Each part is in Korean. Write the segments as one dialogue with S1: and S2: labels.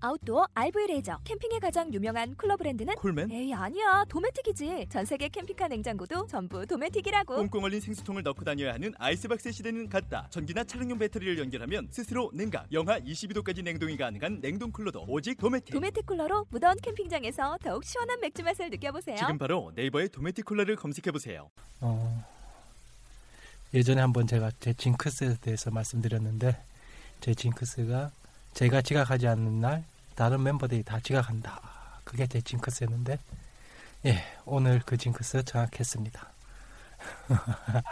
S1: 아웃도어 RV 레저 캠핑에 가장 유명한 쿨러 브랜드는
S2: 콜맨?
S1: 에이 아니야 도메틱이지 전 세계 캠핑카 냉장고도 전부 도메틱이라고
S2: 꽁꽁 얼린 생수통을 넣고 다녀야 하는 아이스박스 시대는 갔다. 전기나 차량용 배터리를 연결하면 스스로 냉각, 영하 22도까지 냉동이 가능한 냉동 쿨러도 오직 도메틱.
S1: 도메틱 쿨러로 무더운 캠핑장에서 더욱 시원한 맥주 맛을 느껴보세요
S2: 지금 바로 네이버에 도메틱 쿨러를 검색해 보세요.
S3: 어, 예전에 한번 제가 제 징크스에 대해서 말씀드렸는데 제 징크스가 제가 지각하지 않는 날 다른 멤버들이 다 지각한다. 그게 제 징크스였는데 예 오늘 그 징크스 장악했습니다.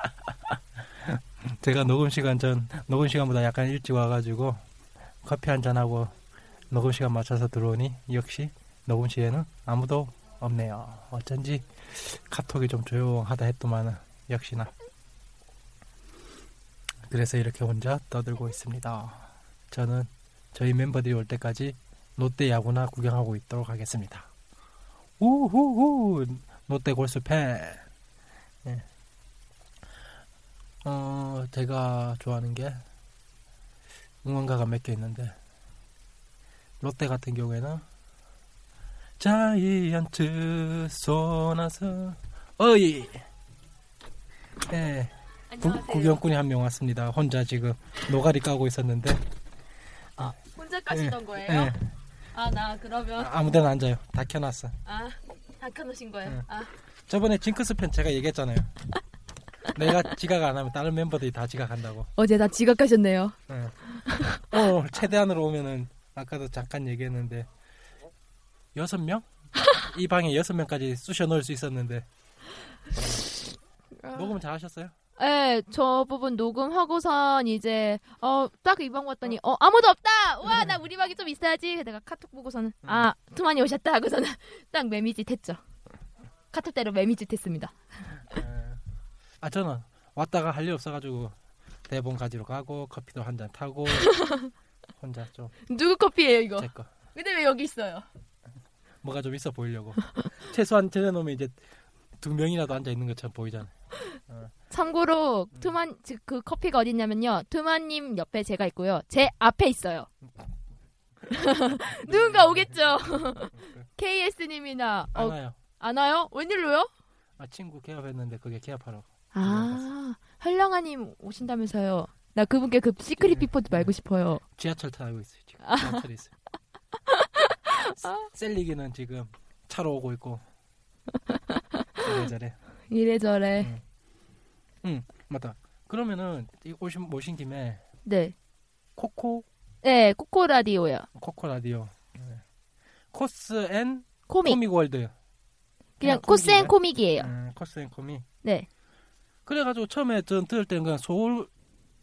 S3: 제가 녹음 시간 전 녹음 시간보다 약간 일찍 와가지고 커피 한잔 하고 녹음 시간 맞춰서 들어오니 역시 녹음실에는 아무도 없네요. 어쩐지 카톡이 좀 조용하다 했더만 역시나 그래서 이렇게 혼자 떠들고 있습니다. 저는 저희 멤버들이 올 때까지 롯데 야구나 구경하고 있도록 하겠습니다. 우후후 롯데 골수 팬. 예. 어 제가 좋아하는 게 응원가가 몇 개 있는데 롯데 같은 경우에는 자이언트 소나서 어이 예 구, 구경꾼이 한 명 왔습니다 혼자 지금 노가리 까고 있었는데
S4: 아, 혼자 까시던 거예요?
S3: 예,
S4: 아 나 그러면
S3: 아무데나 앉아요 다 켜놨어
S4: 아 닦아놓으신 거예요?
S3: 네.
S4: 아
S3: 저번에 징크스 편 제가 얘기했잖아요 내가 지각 안 하면 다른 멤버들이 다 지각한다고
S5: 어제 다 지각하셨네요.
S3: 예. 오늘 어, 최대한으로 오면은 아까도 잠깐 얘기했는데 여섯 명? 이 방에 여섯 명까지 쑤셔 넣을 수 있었는데 녹음 잘 하셨어요?
S5: 네, 저 부분 녹음하고선 이제 어 딱 이 방 왔더니 어 아무도 없다. 와, 나 우리 방이 좀 있어야지. 내가 카톡 보고서는 아 투만이 오셨다 하고서는 딱 매미짓 했죠. 카톡대로 매미짓 했습니다.
S3: 예. 아 저는 왔다가 할 일 없어가지고 대본 가지러 가고 커피도 한 잔 타고 혼자 좀 제
S5: 누구 커피예요 이거?
S3: 거.
S5: 근데 왜 여기 있어요?
S3: 뭐가 좀 있어 보이려고 최소한 들여놓으면 이제 두 명이라도 앉아 있는 것처럼 보이잖아.
S5: 참고로 투만 즉, 그 커피가 어딨냐면요. 투만님 옆에 제가 있고요. 제 앞에 있어요. 누군가 오겠죠. KS님이나
S3: 안
S5: 어,
S3: 와요.
S5: 안 와요? 웬일로요?
S3: 아 친구 개업했는데 그게 개업하러.
S5: 아, 헐렁아님 오신다면서요. 나 그분께 그 시크릿 피포트 말고 싶어요.
S3: 지하철 타고 있어요 지금.
S5: 아.
S3: 지하철에 있어요. 셀리기는 지금 차로 오고 있고. 이래저래.
S5: 이래저래.
S3: 맞다. 그러면은 이 오신 모신 김에
S5: 네.
S3: 코코
S5: 네, 코코 라디오요.
S3: 코코 라디오 네. 코스 앤
S5: 코믹. 예.
S3: 코믹 월드.
S5: 그냥 코스 앤
S3: 코믹이네.
S5: 코믹이에요.
S3: 음, 코스 앤 코믹.
S5: 네.
S3: 그래가지고 처음에 전 들을 때는 그냥 서울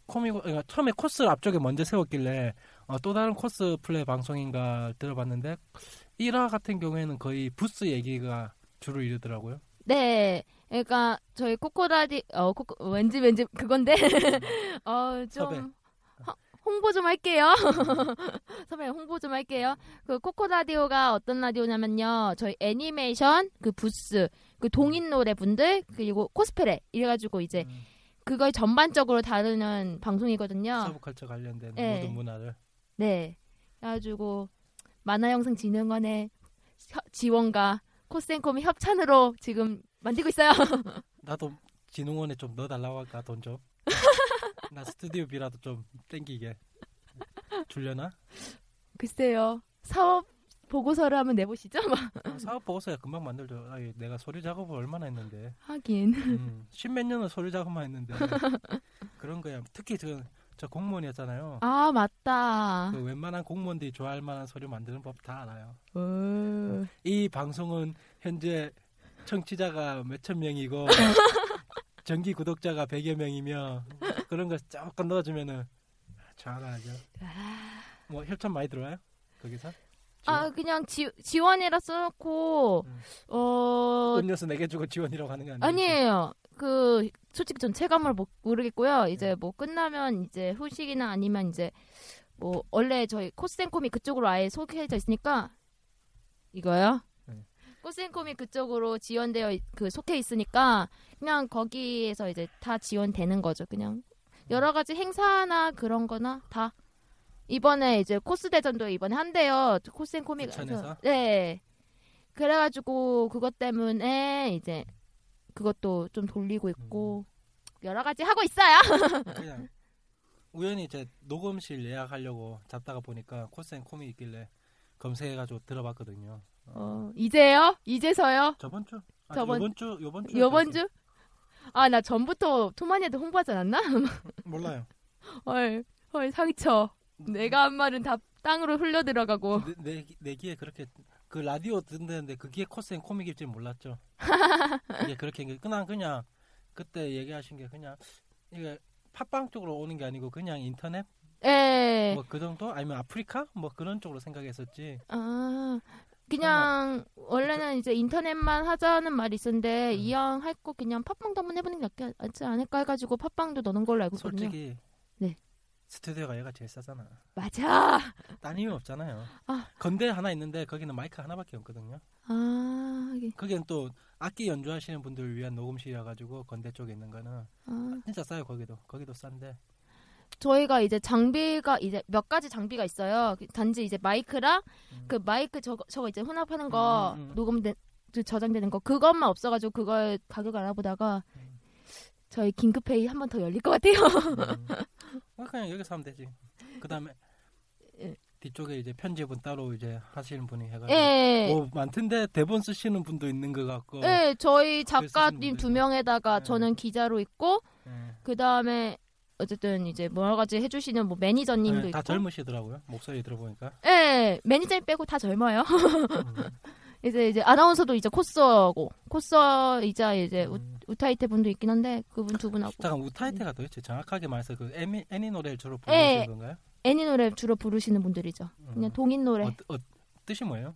S3: 코믹 그러니까 처음에 코스를 앞쪽에 먼저 세웠길래 어, 또 다른 코스 플레이 방송인가 들어봤는데 1화 같은 경우에는 거의 부스 얘기가 주로 이르더라고요.
S5: 네. 그러니까 저희 코코 라디 어 코코 왠지 왠지 그건데 어
S3: 섭외.
S5: 좀 홍보 좀 할게요. 선배 홍보 좀 할게요. 그 코코 라디오가 어떤 라디오냐면요. 저희 애니메이션 그 부스 그 동인 노래 분들 그리고 코스프레 이래가지고 이제
S3: 음.
S5: 그걸 전반적으로 다루는 방송이거든요.
S3: 서브컬처 관련된
S5: 어. 예.
S3: 모든 문화를.
S5: 네. 그래가지고 만화영상진흥원의 혀- 지원과 코스앤콤이 협찬으로 지금 만들고 있어요.
S3: 나도 진흥원에 좀 넣어달라고 할까 돈 좀. 나 스튜디오 비라도 좀 땡기게 줄려나?
S5: 글쎄요. 사업 보고서를 한번 내보시죠. 막
S3: 어, 사업 보고서야 금방 만들죠. 아이, 내가 소리 작업을 얼마나 했는데.
S5: 하긴.
S3: 음, 십몇 년을 소리 작업만 했는데 그런 거야. 특히 저, 저 공무원이었잖아요.
S5: 아 맞다.
S3: 그 웬만한 공무원들이 좋아할 만한 소리 만드는 법 다 알아요.
S5: 어. 오.
S3: 이 방송은 현재 청취자가 몇천 명이고 정기 구독자가 백여 명이며 그런 거 조금 넣어주면은 잘하죠. 뭐 협찬 많이 들어와요? 거기서?
S5: 아 그냥 지, 지원이라 써놓고
S3: 음.
S5: 어
S3: 음료수 내게 주고 지원이라고 하는 거 아니에요?
S5: 뭐 아니에요. 그 솔직히 전 체감을 못- 모르겠고요.
S3: 네.
S5: 이제 뭐 끝나면 이제 후식이나 아니면 이제 뭐 원래 저희 코스앤콤이 그쪽으로 아예 소개해져 있으니까 이거요.
S6: 네.
S5: 코스앤콤이 그쪽으로 지원되어 있- 그 속해 있으니까 그냥 거기에서 이제 다 지원되는 거죠.
S3: 음.
S5: 그냥 여러 가지 행사나 그런거나 다 이번에 이제 코스 대전도 이번에 한대요. 코스앤콤이
S3: 부천에서?
S5: 네. 그래가지고 그것 때문에 이제 그것도 좀 돌리고 있고
S3: 음.
S5: 여러 가지 하고 있어요.
S3: 그냥 우연히 이제 녹음실 예약하려고 잡다가 보니까 코스앤콤이 있길래 검색해가지고 들어봤거든요.
S5: 어, 이제요? 이제서요?
S3: 저번 주? 아,
S5: 저번-
S3: 요번 주? 요번 주?
S5: 요번 주? 아 나 전부터 투마니한테 홍보하지 않았나?
S3: 몰라요.
S5: 헐, 헐 상처.
S3: 음.
S5: 내가 한 말은 다 땅으로 흘러 들어가고.
S3: 내, 내, 내 귀에 그렇게 그 라디오 듣는데 그게 코스앤콤이길 줄 몰랐죠. 이게 그렇게 이게 그냥 그냥 그때 얘기하신 게 그냥 이게 팟빵 쪽으로 오는 게 아니고 그냥 인터넷
S5: 예.
S3: 뭐 그 정도 아니면 아프리카 뭐 그런 쪽으로 생각했었지.
S5: 아 그냥
S3: 아,
S5: 원래는 이제 인터넷만 하자는 말이 있었는데
S3: 음.
S5: 이왕 할 거 그냥 팟빵도 한번 해보는 게 낫- 낫지 않을까 해가지고 팟빵도 넣는 걸로 알고 있거든요.
S3: 솔직히
S5: 네.
S3: 스튜디오가 얘가 제일 싸잖아.
S5: 맞아.
S3: 딴 이유 없잖아요.
S5: 아.
S3: 건대 하나 있는데 거기는 마이크 하나밖에 없거든요.
S5: 아, 이게-
S3: 거기는 또 악기 연주하시는 분들을 위한 녹음실이라 가지고 건대 쪽에 있는 거는
S5: 아.
S3: 진짜 싸요 거기도 거기도 싼데
S5: 저희가 이제 장비가 이제 몇 가지 장비가 있어요. 그- 단지 이제 마이크랑
S3: 음.
S5: 그 마이크 저거, 저거 이제 혼합하는 거
S3: 음, 음, 음.
S5: 녹음된 그 저장되는 거 그것만 없어가지고 그걸 가격 알아보다가
S3: 음.
S5: 저희 긴급회의 한 번 더 열릴 것 같아요.
S3: 음. 그냥 여기서 하면 되지. 그 다음에
S5: 예.
S3: 뒤쪽에 이제 편집은 따로 이제 하시는 분이 해가지고
S5: 예.
S3: 뭐 많던데 대본 쓰시는 분도 있는 것 같고.
S5: 네, 저희
S3: 어. 글쓰시는
S5: 작가님
S3: 분들도.
S5: 두 명에다가
S3: 네.
S5: 저는 기자로 있고
S3: 예.
S5: 그 다음에 어쨌든 이제 여러 가지 해주시는 뭐 매니저님도
S3: 예, 다
S5: 있고,
S3: 젊으시더라고요 목소리 들어보니까.
S5: 네, 매니저님 빼고 다 젊어요.
S3: 음.
S5: 이제 이제 아나운서도 이제 코스하고 코스이자 이제 우,
S3: 음.
S5: 우타이테 분도 있긴 한데 그분 두 예, 분하고
S3: 잠깐 우타이테가 도대체 정확하게 말해서 그 애니, 애니 노래를 주로
S5: 예.
S3: 부르시는 건가요?
S5: 애니 노래 주로 부르시는 분들이죠. 그냥
S3: 음.
S5: 동인 노래.
S3: 어, 어, 뜻이 뭐예요?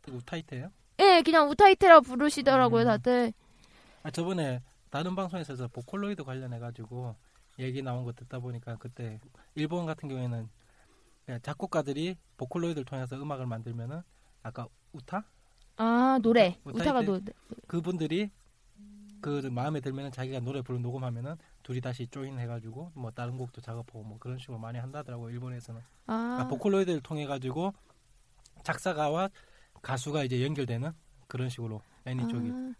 S3: 그 우타이테요?
S5: 예, 그냥 우타이테라 부르시더라고요
S3: 음.
S5: 다들.
S3: 아, 저번에 다른 방송에서 보컬로이드 관련해 가지고 얘기 나온 거 듣다 보니까 그때 일본 같은 경우에는 그냥 작곡가들이 보컬로이드를 통해서 음악을 만들면은 아까 우타
S5: 아 노래
S3: 우타이테?
S5: 우타가 노래.
S3: 그분들이 그 마음에 들면은 자기가 노래 부르 녹음하면은 둘이 다시 조인 해가지고 뭐 다른 곡도 작업하고 뭐 그런 식으로 많이 한다더라고 일본에서는
S5: 아,
S3: 아, 보컬로이드를 통해 가지고 작사가와 가수가 이제 연결되는 그런 식으로 애니 쪽이
S5: 아.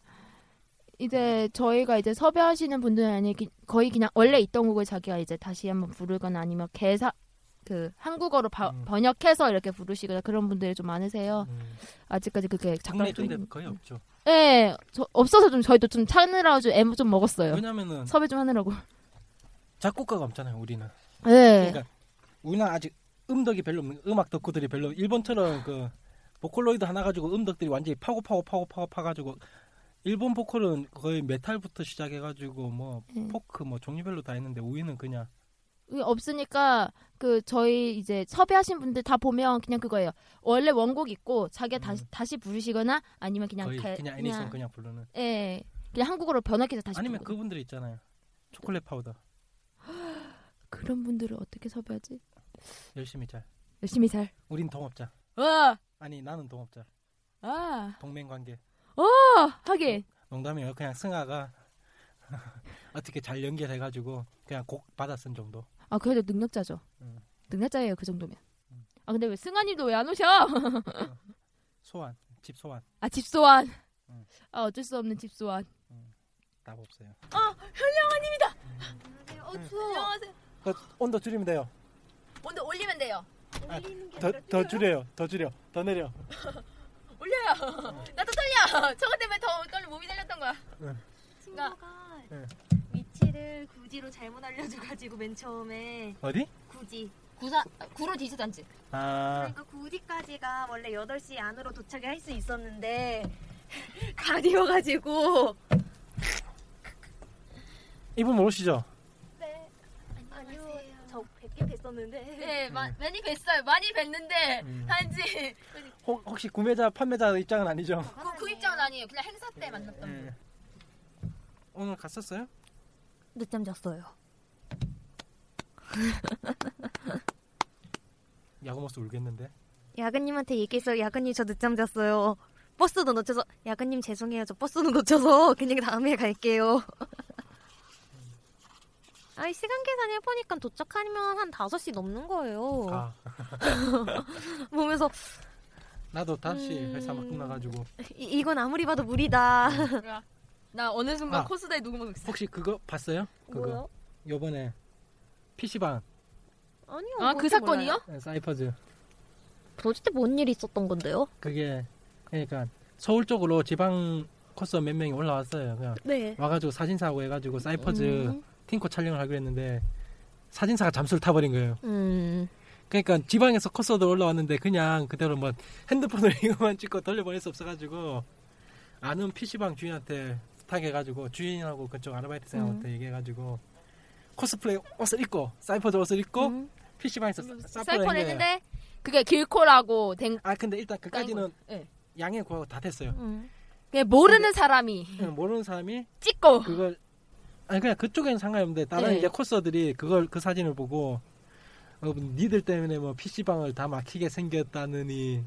S5: 이제 저희가 이제 섭외하시는 분들은 아니 기- 거의 그냥 원래 있던 곡을 자기가 이제 다시 한번 부르거나 아니면 개사 그 한국어로 바-
S3: 음.
S5: 번역해서 이렇게 부르시거나 그런 분들이 좀 많으세요.
S3: 음,
S5: 아직까지 그게 아. 어. 작가
S3: 국내
S5: 좀
S3: 쪽인데 거의 없죠.
S5: 네, 저- 없어서 좀 저희도 좀 찾느라고 좀 애무 좀 먹었어요.
S3: 왜냐면은
S5: 섭외 좀 하느라고.
S3: 작곡가가 없잖아요 우리는
S5: 네.
S3: 그러니까 우리는 아직 음덕이 별로 없는 음악 덕후들이 별로 일본처럼 그 보컬로이드 하나 가지고 음덕들이 완전히 파고 파고 파고 파고 파가지고 일본 보컬은 거의 메탈부터 시작해가지고 뭐
S5: 네.
S3: 포크 뭐 종류별로 다 있는데 우리는 그냥
S5: 이게 없으니까 그 저희 이제 섭외하신 분들 다 보면 그냥 그거예요. 원래 원곡 있고 자기가 다시 다시 부르시거나 아니면 그냥
S3: 음. 거의
S5: 개-
S3: 그냥 애니송 그냥 부르는
S5: 예. 그냥 한국어로 번역해서 다시
S3: 아니면
S5: 부르고.
S3: 그분들 있잖아요 초콜릿 파우더
S5: 그런 분들을 어떻게 섭외하지?
S3: 열심히 잘
S5: 열심히 잘.
S3: 우린 동업자
S5: 와!
S3: 아니 나는 동업자
S5: 아!
S3: 동맹관계
S5: 어, 하긴.
S3: 농담이에요 그냥 승아가 어떻게 잘 연결해가지고 그냥 곡 받아 쓴 정도
S5: 아, 그래도 능력자죠.
S3: 음.
S5: 능력자예요, 그 정도면.
S3: 음.
S5: 아, 근데 왜 승아 님도 왜 안 오셔?
S3: 소환 집 소환
S5: 아, 집소환.
S3: 음.
S5: 아, 어쩔 수 없는 집소환.
S3: 답 없어요
S5: 어, 추워. 안녕하세요.
S3: 온도 줄이면 돼요
S5: 오늘 올리면 돼요.
S3: 더, 더 줄여요. 더 줄여. 더 내려.
S5: 올려요. 나도 떨려. 저거 때문에 더 떨려 몸이 떨렸던 거야.
S4: 친구가
S3: 네.
S4: 위치를 굳이로 잘못 알려줘가지고 맨 처음에
S3: 어디?
S4: 굳이
S5: 구사 구로 디지 단지.
S3: 아.
S4: 그러니까 굳이까지가 원래 8시 안으로 도착을 할 수 있었는데 가디어가지고
S3: 이분 모르시죠?
S4: 아니요 저 100개 뵀었는데
S5: 네, 마, 많이 뵀어요. 많이 뵀는데
S3: 음.
S5: 단지
S3: 혹, 혹시 구매자, 판매자 입장은 아니죠?
S5: 네. 구, 구입장은 아니에요. 그냥 행사 때 만났던 분.
S3: 네. 오늘 갔었어요?
S6: 늦잠 잤어요.
S3: 야구 모스 울겠는데.
S6: 야근님한테 얘기해서 야근님 저 늦잠 잤어요. 버스도 놓쳐서 야근님 죄송해요. 저 버스도 놓쳐서 그냥 다음에 갈게요. 아이 시간 계산해 보니까 도착하면 한 5시 넘는 거예요.
S3: 아,
S6: 보면서
S3: 나도 다시
S6: 음.
S3: 회사 막 끝나가지고
S6: 이, 이건 아무리 봐도 무리다.
S5: 나 어느 순간
S3: 아.
S5: 코스다에 누구 먹있어
S3: 혹시 그거 봤어요? 그거
S6: 뭐요?
S3: 요번에 PC방 네,
S6: 아니요.
S5: 아 그
S6: 뭔지 몰라요.
S5: 사건이요?
S3: 사이퍼즈
S6: 도대체 뭔 일이 있었던 건데요?
S3: 그게 그러니까 서울 쪽으로 지방 코스 몇 명이 올라왔어요. 그냥
S6: 네.
S3: 와가지고 사진사하고 해가지고 사이퍼즈
S6: 음.
S3: 팅코 촬영을 하기로 했는데 사진사가 잠수를 타버린 거예요.
S6: 음.
S3: 그러니까 지방에서 코스도 올라왔는데 그냥 그대로 뭐 핸드폰으로 이거만 찍고 돌려보낼 수 없어가지고 아는 PC방 주인한테 부탁해가지고 주인하고 그쪽 아르바이트생한테 얘기해가지고 코스프레 옷을 입고 사이퍼즈 옷을 입고
S6: 음.
S3: PC방에서
S5: 셀폰
S3: 사이퍼를 했는데
S5: 했는데 그게 길코라고 된
S3: 아 근데 일단 그까지는
S5: 예.
S3: 양해 구하고 다 됐어요.
S6: 음.
S5: 그냥 네, 모르는 사람이
S3: 그냥 모르는 사람이
S5: 찍고
S3: 그걸 아니 그냥 그쪽에는 상관없는데 다른
S5: 네.
S3: 이제 코스들이 그걸 그 사진을 보고 어, 니들 때문에 뭐 PC방을 다 막히게 생겼다느니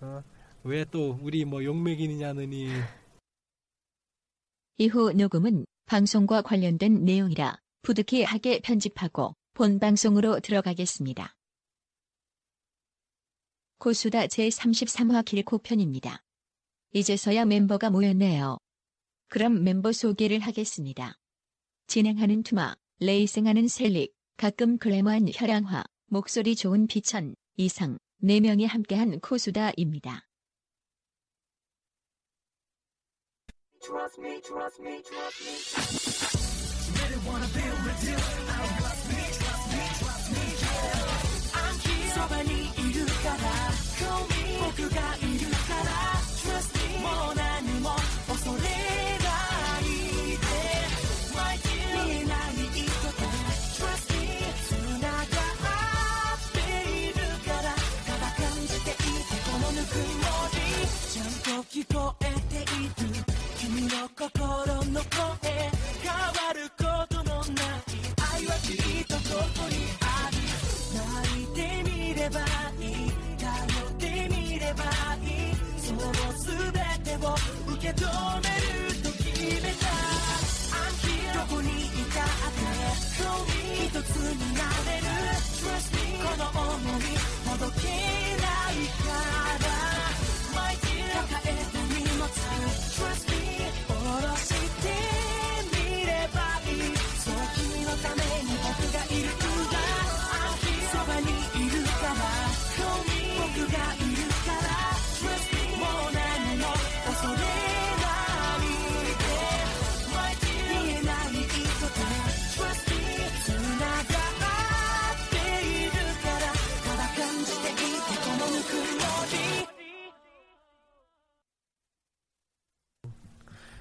S3: 어? 왜 또 우리 뭐 용맥이냐느니
S7: 이후 녹음은 방송과 관련된 내용이라 부득이하게 편집하고 본 방송으로 들어가겠습니다. 고수다 제33화 길코 편입니다. 이제서야 멤버가 모였네요. 그럼 멤버 소개를 하겠습니다. 진행하는 투마, 레이싱하는 셀릭, 가끔 글래머한 혈양화, 목소리 좋은 비천, 이상, 4명이 함께한 코수다입니다.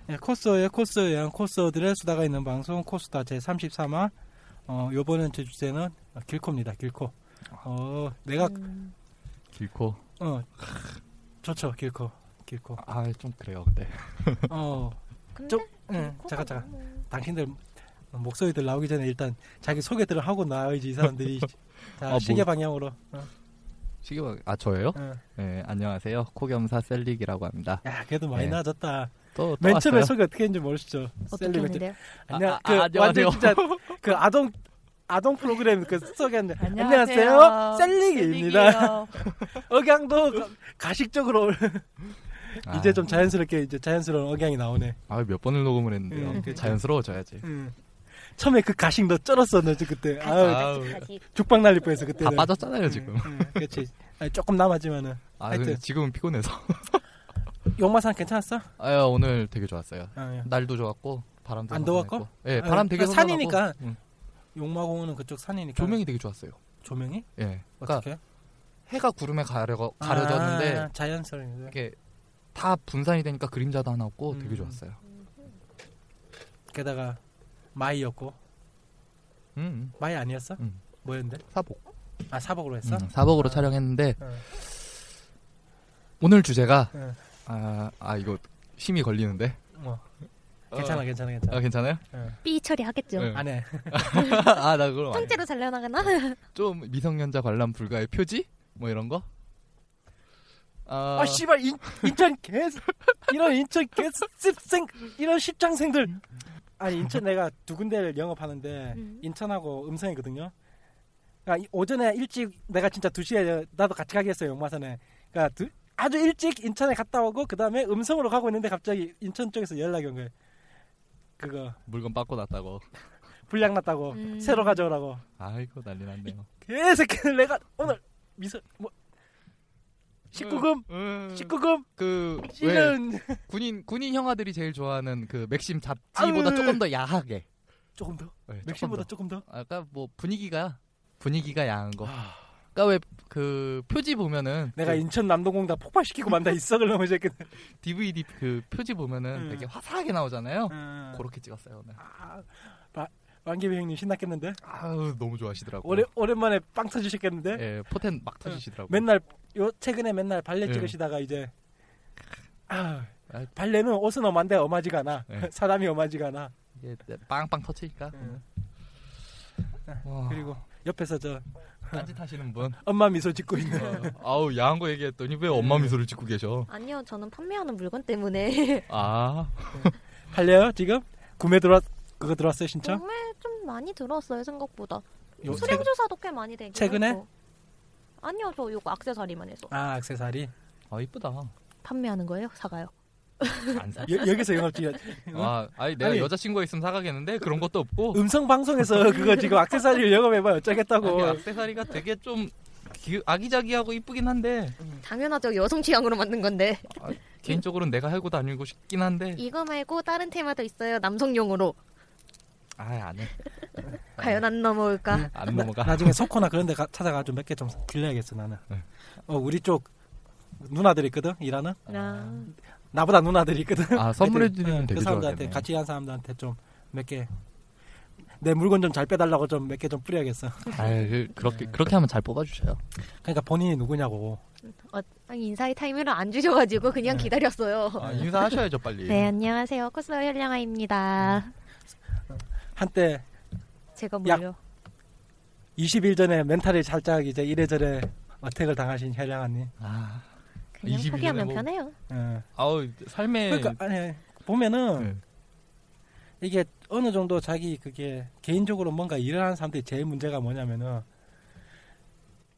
S3: 예, 코스의 코스에 의한 코스들의 수다가 있는 방송 코스다 제33화 어, 요번엔 제 주제는 길코입니다 길코 어, 내가
S6: 음.
S8: 길코.
S3: 어, 좋죠 길코 길코
S8: 아, 좀 그래요, 근데.
S3: 어,
S6: 근데
S3: 좀, 응, 잠깐 잠깐 당신들 목소리들 나오기 전에 일단 자기 소개들을 하고 나와야지 이 사람들이 자
S8: 아, 뭐.
S3: 시계 방향으로 어,
S8: 시계방, 아, 저예요?
S3: 어.
S8: 네, 안녕하세요. 코겸사 셀릭이라고 합니다.
S3: 야 그래도 많이
S8: 네.
S3: 나아졌다
S8: 또, 또
S3: 맨 처음에
S8: 왔어요?
S3: 소개 어떻게 했는지 모르시죠
S6: 어떻게 했는데요?
S3: 안녕
S8: 아, 아,
S3: 그
S8: 안녕하세요.
S3: 완전 진짜 그 아동 아동 프로그램 그 소개하는데 안녕하세요 셀릭입니다 억양도 가- 가식적으로 올-
S8: 아,
S3: 이제 좀 자연스럽게 이제 자연스러운 억양이 나오네
S8: 아, 몇 번을 녹음을 했는데요.
S3: 음, 그죠.
S8: 자연스러워져야지.
S3: 응. 처음에 그 가식 너 쩔었어 너 그때 아유
S8: 음. 아우,
S4: 아직
S3: 죽방 날릴 뻔했어
S8: 다
S3: 그때는
S8: 빠졌잖아요, 지금.
S3: 음, 그렇지 조금 남았지만은
S8: 아,
S3: 하여튼.
S8: 근데 지금은 피곤해서.
S3: 용마산 괜찮았어?
S8: 아유, 오늘 되게 좋았어요.
S3: 아, 예.
S8: 날도 좋았고, 바람도
S3: 안
S8: 선선했고.
S3: 더웠고?
S8: 예,
S3: 아,
S8: 바람 되게
S3: 그
S8: 선선하고.
S3: 산이니까.
S8: 음,
S3: 용마공원은 그쪽 산이니까
S8: 조명이 되게 좋았어요.
S3: 조명이
S8: 예. 그러니까
S3: 어떻게?
S8: 해가 구름에 가려가, 가려졌는데
S3: 아, 자연스러운
S8: 이게 다 분산이 되니까 그림자도 하나 없고
S3: 음.
S8: 되게 좋았어요.
S3: 게다가 마이였고
S8: 음,
S3: 마이 아니었어?
S8: 음.
S3: 뭐였는데?
S8: 사복.
S3: 아 사복으로 했어?
S8: 음, 사복으로
S3: 아.
S8: 촬영했는데
S3: 어.
S8: 오늘 주제가
S3: 네.
S8: 아, 아, 이거 심이 걸리는데
S3: 뭐 괜찮아, 괜찮아, 괜찮아.
S8: 아 괜찮아요?
S6: 삐 처리하겠죠.
S8: 네.
S3: 안 해.
S8: 아나 그럼 안 해.
S6: 통째로 잘려나가나?
S8: 좀 미성년자 관람 불가의 표지? 뭐 이런 거? 아,
S3: 아 씨발 인, 인천 개 이런 인천 개 씹생 이런 십장생들. 아니 인천 내가 두 군데를 영업하는데
S6: 음.
S3: 인천하고 음성이거든요. 그러니까 이- 오전에 일찍 내가 진짜 2 시에 나도 같이 가게 했어요 용마산에. 그러니까 두- 아주 일찍 인천에 갔다 오고 그 다음에 음성으로 가고 있는데 갑자기 인천 쪽에서 연락이 온 거예요. 그거
S8: 물건 빠고 났다고.
S3: 불량 났다고
S5: 음.
S3: 새로 가져오라고.
S8: 아이고 난리 났네요.
S3: 개새끼들 내가 오늘 미소 뭐 19금
S8: 음,
S3: 19금
S8: 그왜
S3: 씨는
S8: 군인 군인 형아들이 제일 좋아하는 그 맥심 잡지보다
S3: 아유.
S8: 조금 더 야하게.
S3: 조금 더
S8: 네, 조금
S3: 맥심보다
S8: 더.
S3: 조금 더
S8: 아까 뭐 분위기가 분위기가 야한 거. 아까 왜 그 표지 보면은
S3: 내가
S8: 그
S3: 인천 남동공단 폭발시키고 만다 이썩을 넘어 새끼들
S8: DVD 그 표지 보면은
S3: 음.
S8: 되게 화사하게 나오잖아요. 그렇게 찍었어요 오늘.
S3: 아, 마- 만기배 형님 신났겠는데
S8: 아우 너무 좋아하시더라고요.
S3: 오래, 오랜만에 빵 터지셨겠는데
S8: 예, 포텐 막 터지시더라고요.
S3: 맨날 요 최근에 맨날 발레
S8: 예.
S3: 찍으시다가 이제 아,
S8: 아.
S3: 발레는 옷은 엄한데 엄하지가 않아
S8: 예.
S3: 사람이 엄하지가 않아
S8: 이게 빵빵 터치니까.
S3: 음.
S8: 와,
S3: 그리고 음. 옆에서 저
S8: 딴짓하시는 분.
S3: 엄마 미소 짓고 있는
S8: 어, 아우 야한 거 얘기했더니 왜 엄마
S3: 음.
S8: 미소를 짓고 계셔?
S6: 아니요, 저는 판매하는 물건 때문에
S8: 아,
S3: 할래요 지금 구매 들어 그거 들어왔어요 신청
S6: 정말 좀 많이 들었어요 생각보다.
S3: 요 그,
S6: 수량 조사도 꽤 많이 되긴
S3: 최근에?
S6: 했고. 아니요, 저 요거 악세사리만 해서
S3: 아 액세서리
S8: 아 이쁘다.
S6: 판매하는 거예요? 사가요?
S8: 안 사.
S3: 여, 여기서 영업지
S8: 아, 아니 내가
S3: 음? 아니.
S8: 여자친구가 있으면 사가겠는데 그런 것도 없고.
S3: 음성 방송에서 그거 지금 악세사리를 영업해봐 어쩌겠다고
S8: 아니, 액세서리가 되게 좀 귀- 아기자기하고 이쁘긴 한데
S6: 음. 당연하죠, 여성 취향으로 만든 건데.
S8: 개인적으로는 내가 하고 다니고 싶긴 한데
S6: 이거 말고 다른 테마도 있어요, 남성용으로.
S8: 아안 해. 네.
S6: 과연 안 넘어올까?
S8: 안 넘어가.
S3: 나, 중에 소코나 그런 데 가- 찾아가 좀 몇 개 좀 길러야겠어 나는
S8: 네.
S3: 어 우리 쪽 누나들 있거든 일하는
S6: 아.
S3: 나보다 누나들 있거든
S8: 아 선물해
S3: 하여튼,
S8: 드리면
S3: 어,
S8: 되게
S3: 그 사람들한테
S8: 좋아하겠네.
S3: 같이 일하는 사람들한테 좀 몇 개 내 물건 좀 잘 빼달라고 좀 몇 개 좀 뿌려야겠어
S8: 아 그, 그렇게 그렇게 하면 잘 뽑아주셔요.
S3: 그러니까 본인이 누구냐고
S6: 어, 아니, 인사의 타이밍을 안 주셔가지고 그냥 기다렸어요.
S8: 아, 인사하셔야죠 빨리.
S6: 네, 안녕하세요. 코스로 현량아입니다.
S3: 한때
S6: 제가
S3: 약-
S6: 뭘요?
S3: 20일 전에 멘탈이 살짝 이제 이래저래 어택을 당하신 혈량 언니
S8: 아,
S6: 그냥
S8: 20일
S6: 포기하면
S8: 전에 뭐-
S6: 편해요.
S3: 어.
S8: 아우 삶에
S3: 그러니까 음. 아니 보면은
S8: 네.
S3: 이게 어느 정도 자기 그게 개인적으로 뭔가 일을 하는 사람들이 제일 문제가 뭐냐면은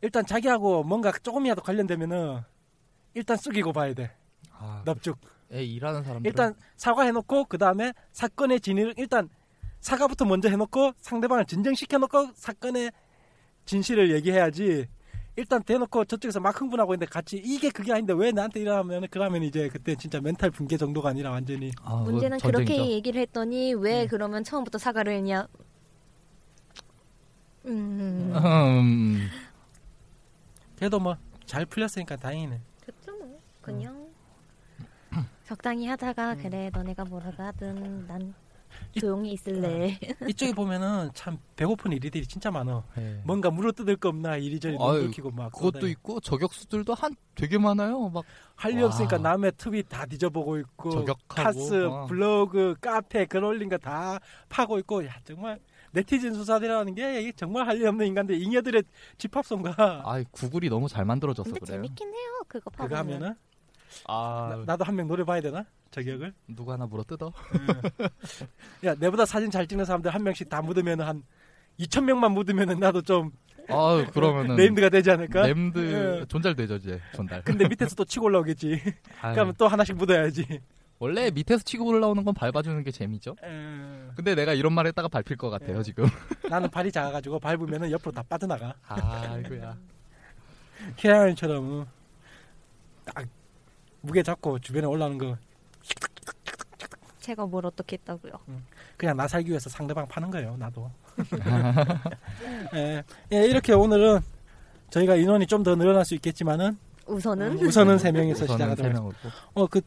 S3: 일단 자기하고 뭔가 조금이라도 관련되면은 일단 숙이고 봐야 돼
S8: 아,
S3: 넙죽
S8: 애 일하는 사람들
S3: 일단 사과해놓고 그 다음에 사건의 진위를 일단 사과부터 먼저 해놓고 상대방을 진정시켜놓고 사건의 진실을 얘기해야지 일단 대놓고 저쪽에서 막 흥분하고 있는데 같이 이게 그게 아닌데 왜 나한테 이러면 그러면 이제 그때 진짜 멘탈 붕괴 정도가 아니라 완전히
S8: 아, 그거
S6: 문제는
S8: 전쟁이죠. 네.
S6: 그렇게 얘기를 했더니 왜 그러면 처음부터 사과를 했냐? 음,
S8: 음,
S3: 그래도 뭐 잘 풀렸으니까 다행이네.
S6: 그쵸 뭐 그냥 적당히 하다가 그래 너네가 뭐라고 하든 난 조용히 있을래.
S3: 이쪽에 보면은 참 배고픈 일들이 진짜 많아.
S8: 예.
S3: 네. 뭔가 네. 물어뜯을 거 없나 이리저리 눈
S8: 아유,
S3: 돌키고 막
S8: 그것도 있고 저격수들도 한 되게 많아요. 막
S3: 할일 없으니까
S8: 와.
S3: 남의 트윗 다 뒤져보고 있고
S8: 저격하고,
S3: 카스
S8: 어.
S3: 블로그 카페 글 올린 거 다 파고 있고 야 정말 네티즌 수사대라는 게 이게 정말 할 일 없는 인간들 잉여들의 집합성과
S8: 아, 구글이 너무 잘 만들어져서
S6: 근데
S8: 그래요.
S6: 재밌긴 해요 그거 봐보면.
S3: 그거 하면은
S8: 아,
S3: 나, 도 한 명 노려봐야 되나 저격을?
S8: 누구 하나 물어 뜯어?
S3: 야 내보다 사진 잘 찍는 사람들 한 명씩 다 묻으면 한 2천 명만 묻으면은 나도 좀
S8: 아, 그러면은
S3: 네임드가 되지 않을까?
S8: 드
S3: 예.
S8: 존잘되죠, 이제 존달.
S3: 근데 밑에서 또 치고 올라오겠지.
S8: 아유,
S3: 그러면 또 하나씩 묻어야지.
S8: 원래 밑에서 치고 올라오는 건 밟아주는 게 재미죠. 근데 내가 이런 말 했다가 밟힐 것
S3: 예.
S8: 같아요, 지금.
S3: 나는 발이 작아가지고 밟으면 옆으로 다 빠져나가.
S8: 아, 아이고야.
S3: 키라연처럼 어, 딱 무게 잡고 주변에 올라오는 거
S6: 제가 뭘 어떻게 했다고요?
S3: 그냥 나 살기 위해서 상대방 파는 거예요. 나도. 예, 예, 이렇게 오늘은 저희가 인원이 좀 더 늘어날 수 있겠지만은
S6: 우선은
S3: 음, 우선은 세 명에서
S8: 우선은 세
S3: 시작하도록 하겠습니다.
S8: 명으로.
S3: 어 그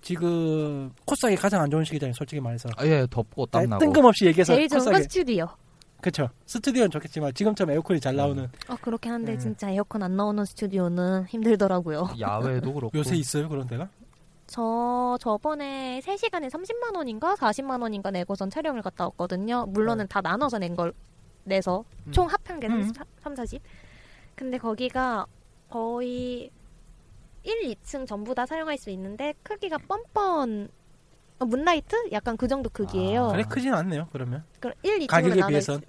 S3: 지금 코싸기 가장 안 좋은 시기잖아요. 솔직히 말해서.
S8: 아, 예, 덥고 땀 나고.
S3: 뜬금없이 얘기해서
S6: 제일 좋은 건
S3: 코싸기.
S6: 스튜디오.
S3: 그쵸. 스튜디오는 좋겠지만 지금처럼 에어컨이 잘 나오는
S6: 어 그렇게 한데
S3: 네.
S6: 진짜 에어컨 안 나오는 스튜디오는 힘들더라고요.
S8: 야외도 그렇고.
S3: 요새 있어요 그런 데가?
S6: 저 저번에 3시간에 30만 원인가 40만 원인가 내고선 촬영을 갔다 왔거든요. 물론은 다 나눠서 낸 걸 내서
S8: 음.
S6: 총 합한 게
S4: 음.
S6: 3, 40. 근데 거기가 거의 1, 2층 전부 다 사용할 수 있는데 크기가 뻔뻔 어, 문라이트 약간 그 정도
S3: 아,
S6: 크기예요.
S3: 그래 크진 않네요. 그러면
S6: 그럼 1, 2층으로
S3: 가격에
S6: 나눠
S3: 비해선
S6: 있-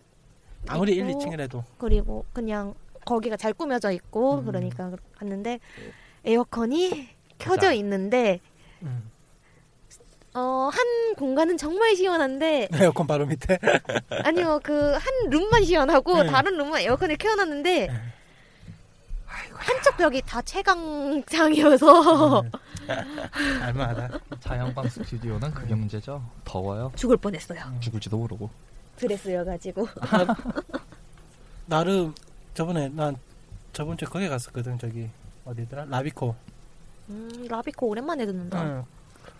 S3: 아무리 1,
S6: 있고,
S3: 2층이라도
S6: 그리고 그냥 거기가 잘 꾸며져 있고
S3: 음.
S6: 그러니까 갔는데 에어컨이 켜져 있는데
S3: 음.
S6: 어, 한 공간은 정말 시원한데,
S3: 에어컨 바로 밑에
S6: 아니요, 그, 한 룸만 시원하고,
S3: 네.
S6: 다른 룸만 에어컨을 켜놨는데, 한쪽 벽이 다 최강장이어서,
S3: 네. 알만하다.
S8: 자연광 스튜디오는 그게
S3: 음.
S8: 문제죠. 더워요. 음.
S6: 죽을 뻔했어요.
S8: 죽을지도 모르고.
S6: 드레스여가지고.
S3: 나름 저번에 난 저번 주에 거기 갔었거든. 저기 어디더라? 라비코.
S6: 음, 라비코 오랜만에 듣는다.
S3: 응.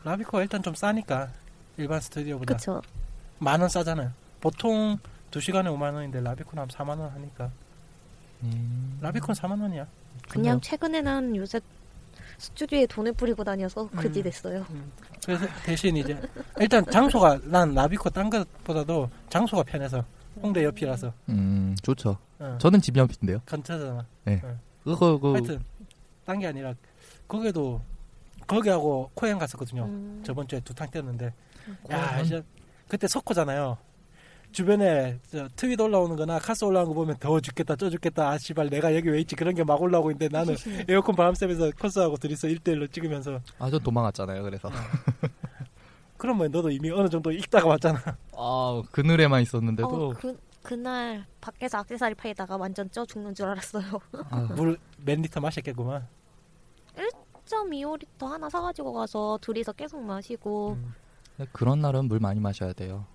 S3: 라비코가 일단 좀 싸니까 일반 스튜디오보다
S6: 그쵸.
S3: 만 원 싸잖아요. 보통 두 시간에 5만 원인데 라비코는 한 4만 원 하니까
S8: 음,
S3: 라비코는 4만 원이야.
S6: 그냥 최근에는 요새 스튜디오에 돈을 뿌리고 다녀서 그지
S3: 음.
S6: 됐어요.
S3: 그래서 대신 이제 일단 장소가 난 라비코 딴 것보다도 장소가 편해서 홍대 옆이라서
S8: 음, 좋죠.
S3: 응.
S8: 저는 집 옆인데요.
S3: 근처잖아.
S8: 그거 그
S3: 하여튼 딴 게 아니라 거기도 거기하고 코엔 갔었거든요.
S6: 음.
S3: 저번 주에 두 탕 뛰었는데 야
S8: 코엔?
S3: 진짜 그때 석호잖아요. 주변에 저 트윗 올라오는 거나 카스 올라오는 거 보면 더워 죽겠다 쪄 죽겠다 아 씨발 내가 여기 왜 있지 그런 게 막 올라오고 있는데 나는 에어컨 바람 쐬면서 코스하고 둘이서 1대1로 찍으면서
S8: 아, 전 도망갔잖아요. 그래서
S3: 음. 그럼 뭐 너도 이미 어느 정도 익다가 왔잖아
S8: 아, 그늘에만
S6: 어,
S8: 있었는데도
S6: 그, 그날 밖에서 악세사리 파이다가 완전 쪄 죽는 줄 알았어요.
S8: 아, 음.
S3: 물 몇 리터 마셨겠구만
S6: 1.25리터 하나 사가지고 가서 둘이서 계속 마시고,
S3: 음.
S8: 그런 날은 물 많이 마셔야 돼요.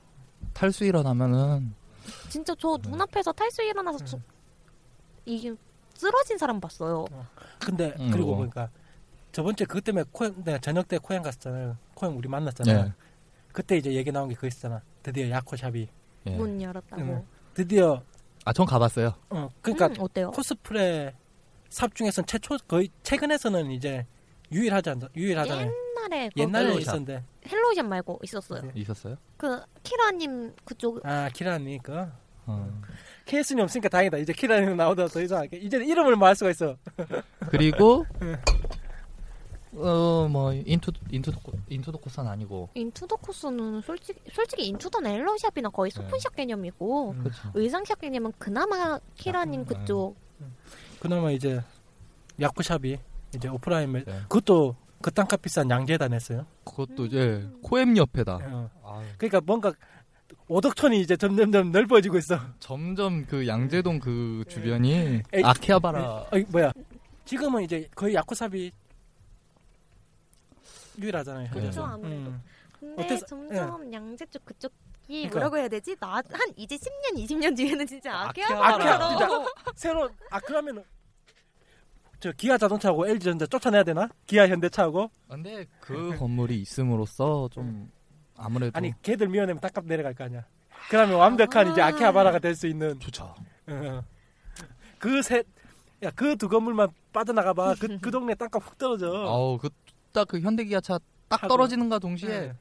S8: 탈수 일어나면은
S6: 진짜 저
S3: 네.
S6: 눈앞에서 탈수 일어나서 저-
S3: 음.
S6: 이게 쓰러진 사람 봤어요.
S3: 근데
S8: 음,
S3: 그리고
S8: 어.
S3: 보니까 저번 주에 그것 때문에 코엔 내가 저녁 때 코엔 갔었잖아요 코엔 우리 만났잖아요
S8: 예,
S3: 그때 이제 얘기 나온 게 그거 있었잖아 드디어 야코샵이
S8: 예.
S6: 문 열었다고.
S3: 음. 드디어
S8: 아, 전 가봤어요.
S3: 어 그러니까
S6: 음, 어때요?
S3: 코스프레 삽 중에서는 최초 거의 최근에서는 이제 유일하지 않다 유일하잖아요
S6: 옛날에 그
S3: 옛날에
S8: 헬로샵.
S3: 있었는데
S6: 헬로우샵 말고 있었어요.
S3: 네.
S8: 있었어요?
S6: 그 키라님 그쪽
S3: 아 키라니까
S8: 어.
S3: 케이슨이 없으니까 다행이다 이제 키라니는 나오다 더 이상 이제 이름을 말할 수가 있어
S8: 그리고 어 뭐 인투 인투 인투 도코산 아니고
S6: 인투더 코스는 솔직히 솔직히 인투더는 헬로우샵이나 거의 소품샵 개념이고
S3: 네. 음. 아,
S8: 그렇죠.
S6: 의상샵 개념은 그나마 키라님
S8: 음,
S6: 그쪽
S3: 그나마 이제 야쿠샵이 이제 오프라인 매...
S8: 네.
S3: 그것도 그 땅값 비싼 양재에다 냈어요.
S8: 그것도 이제 코엠 옆에다.
S3: 어.
S8: 아,
S3: 그러니까 뭔가 오덕천이 이제 점점점 넓어지고 있어.
S8: 점점 그 양재동 그 주변이
S3: 네. 에이. 네.
S8: 아키하바라
S3: 어이, 뭐야? 지금은 이제 거의 야쿠샵이 유일하잖아요.
S6: 그렇죠
S8: 네.
S6: 아무래도.
S3: 음.
S6: 근데
S3: 어때서-
S6: 점점 양재 쪽 그쪽이
S3: 그러니까.
S6: 뭐라고 해야 되지? 나 한 이제 10년 20년 뒤에는 진짜 아케아
S3: 아키야 진짜 새로 아 그러면 저 기아 자동차하고 LG 전자 쫓아내야 되나? 기아 현대차하고
S8: 근데 그 건물이 있음으로써 좀 아무래도
S3: 아니 그 걔들 미워내면 땅값 내려갈 거 아니야. 그러면 완벽한 이제 아키하바라가 될 수 있는 어, 그
S8: 좋죠.
S3: 그셋야그 두 건물만 빠져나가봐 그, 그 동네 땅값 훅 떨어져.
S8: 아우 그딱 그 현대기아차 딱
S3: 하고.
S8: 떨어지는가 동시에
S3: 예.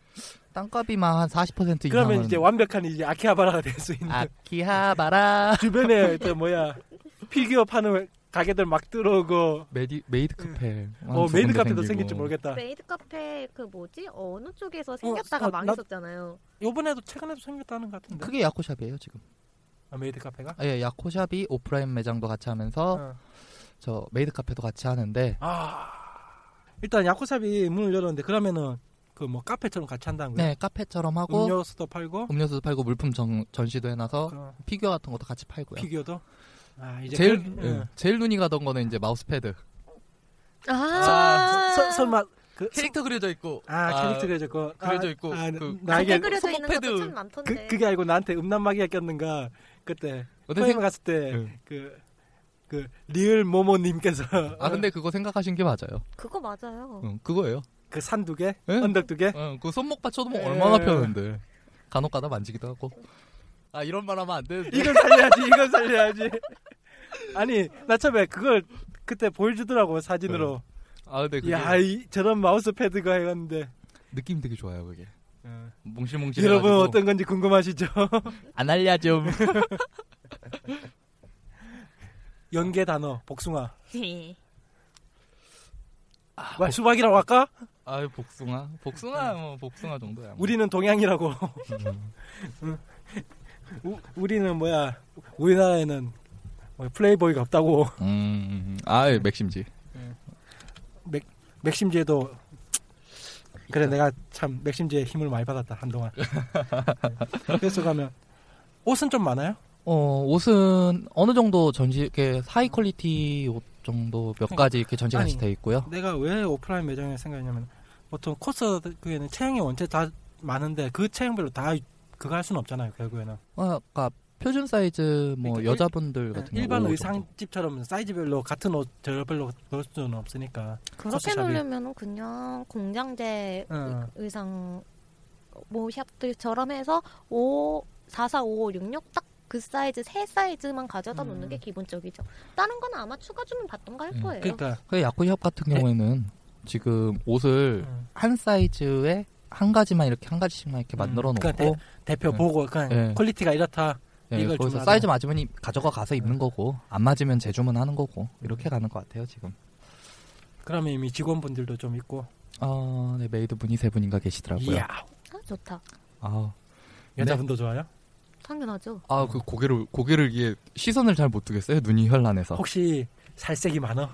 S8: 땅값이만 한 40% 이상은
S3: 그러면 이제 완벽한 이제 아키하바라가 될 수 있는
S8: 아키하바라
S3: 주변에 또 뭐야 피규어 파는 가게들 막 들어오고
S8: 메디, 메이드 카페 뭐
S3: 어 메인 카페도 생길지 모르겠다.
S6: 메이드 카페 그 뭐지 어느 쪽에서 생겼다가
S3: 어, 나-
S6: 망했었잖아요.
S3: 요번에도 최근에도 생겼다는 것 같은데.
S8: 그게 야코샵이에요 지금
S3: 아, 메이드 카페가?
S8: 아, 예, 야코샵이 오프라인 매장도 같이 하면서
S3: 어.
S8: 저 메이드 카페도 같이 하는데
S3: 아 일단 야쿠샵이 문을 열었는데 그러면은 그 뭐 카페처럼 같이 한다는 거예요.
S8: 네 카페처럼 하고 음료...
S3: 음료수도 팔고
S8: 수도 팔고 물품 전, 전시도 해놔서
S3: 어,
S8: 피규어 같은 것도 같이 팔고요
S3: 피규어도. 아 이제
S8: 제일
S3: 그-
S8: 예,
S3: 어.
S8: 제일 눈이 가던 거는 이제 마우스 패드
S6: 그
S3: 아, 서- 설마 그
S8: 캐릭터 그려져 있고
S3: 아 캐릭터 그려져 있고 아,
S8: 그려져 있고
S3: 아,
S8: 그-
S3: 나에게
S6: 그게 그려져 있는 것도
S8: 손목패드.
S6: 참 많던데.
S3: 그, 그게 알고 나한테 음란마귀가 꼈는가 그때
S8: 어떤 아,
S3: 토요일
S8: 생-
S3: 갔을 때 그 그
S8: 예.
S3: 리을 모모님께서
S8: 아 근데 그거 생각하신 게 맞아요
S6: 그거
S3: 어.
S6: 맞아요.
S8: 응, 그거예요
S3: 그 산 두개
S8: 예?
S3: 언덕 두개
S8: 응, 그 손목 받쳐도
S3: 예.
S8: 뭐 얼마나 편한데 간혹가다 만지기도 하고 아 이런 말 하면 안 되는데
S3: 이건 살려야지 이건 살려야지 아니 나 처음에 그걸 그때 보여주더라고 사진으로
S9: 아 근데 그게
S3: 야, 이, 저런 마우스 패드가 해갔는데.
S9: 느낌 되게 좋아요 그게. 몽실몽실.
S3: 여러분
S9: 해가지고.
S3: 어떤 건지 궁금하시죠?
S9: 안 알려줌.
S3: 연계 단어 복숭아. 와, 수박이라고 할까?
S9: 아 복숭아. 복숭아
S8: 네.
S9: 뭐 복숭아 정도야. 뭐.
S3: 우리는 동양이라고.
S9: 음.
S3: 우, 우리는 뭐야? 우리나라에는 뭐 플레이보이가 없다고.
S9: 음. 아 맥심지.
S3: 맥심지에도 그래
S9: 그러니까.
S3: 내가 참 맥심지에 힘을 많이 받았다 한동안. 네. 그래서 가면 옷은 좀 많아요?
S8: 어, 옷은 어느 정도 전시, 이렇게 하이 퀄리티 옷 정도 몇 가지 이렇게 전시가
S3: 그러니까. 아니.
S8: 같이 돼 있고요.
S3: 내가 왜 오프라인 매장에 생각했냐면 보통 코스 그에는 체형이 원체 다 많은데 그 체형별로 다 그거 할 수는 없잖아요 결국에는
S8: 아, 까 표준 사이즈 뭐
S3: 그러니까 일-
S8: 여자분들 같은 경우
S3: 일반
S8: 정도.
S3: 의상집처럼 사이즈별로 같은 옷 저별로 넣을 수는 없으니까
S6: 그렇게
S3: 커스샵이. 음.
S6: 놀려면 그냥 공장제
S3: 응.
S6: 의- 의상 뭐 샵들처럼 해서 5, 4, 4, 5, 6, 6 딱 그 사이즈 세 사이즈만 가져다 놓는
S3: 음.
S6: 게 기본적이죠. 다른 건 아마 추가 주문 받던가 할
S8: 음.
S6: 거예요.
S3: 그러니까
S8: 그 야구협 같은
S3: 네.
S8: 경우에는 지금 옷을
S3: 음.
S8: 한 사이즈에 한 가지만 이렇게 한 가지씩만 이렇게 만들어 놓고
S3: 그러니까 대표
S8: 네.
S3: 보고 그냥
S8: 네.
S3: 퀄리티가 이렇다
S8: 예,
S3: 이걸
S8: 거기서
S3: 주문하자. 네.
S8: 사이즈 맞으면 이- 가져가 가서 입는 거고 안 맞으면 재주문하는 거고 이렇게 가는 것 같아요 지금.
S3: 음. 그러면 이미 직원분들도 좀 있고
S8: 어, 네 메이드 분이 세 분인가 계시더라고요.
S3: 이야
S6: 아, 좋다.
S8: 아,
S3: 여자분도 좋아요?
S6: 당연하죠.
S9: 아그 고개를 고개를 이게 시선을 잘 못 두겠어요. 눈이 현란해서.
S3: 혹시 살색이 많아?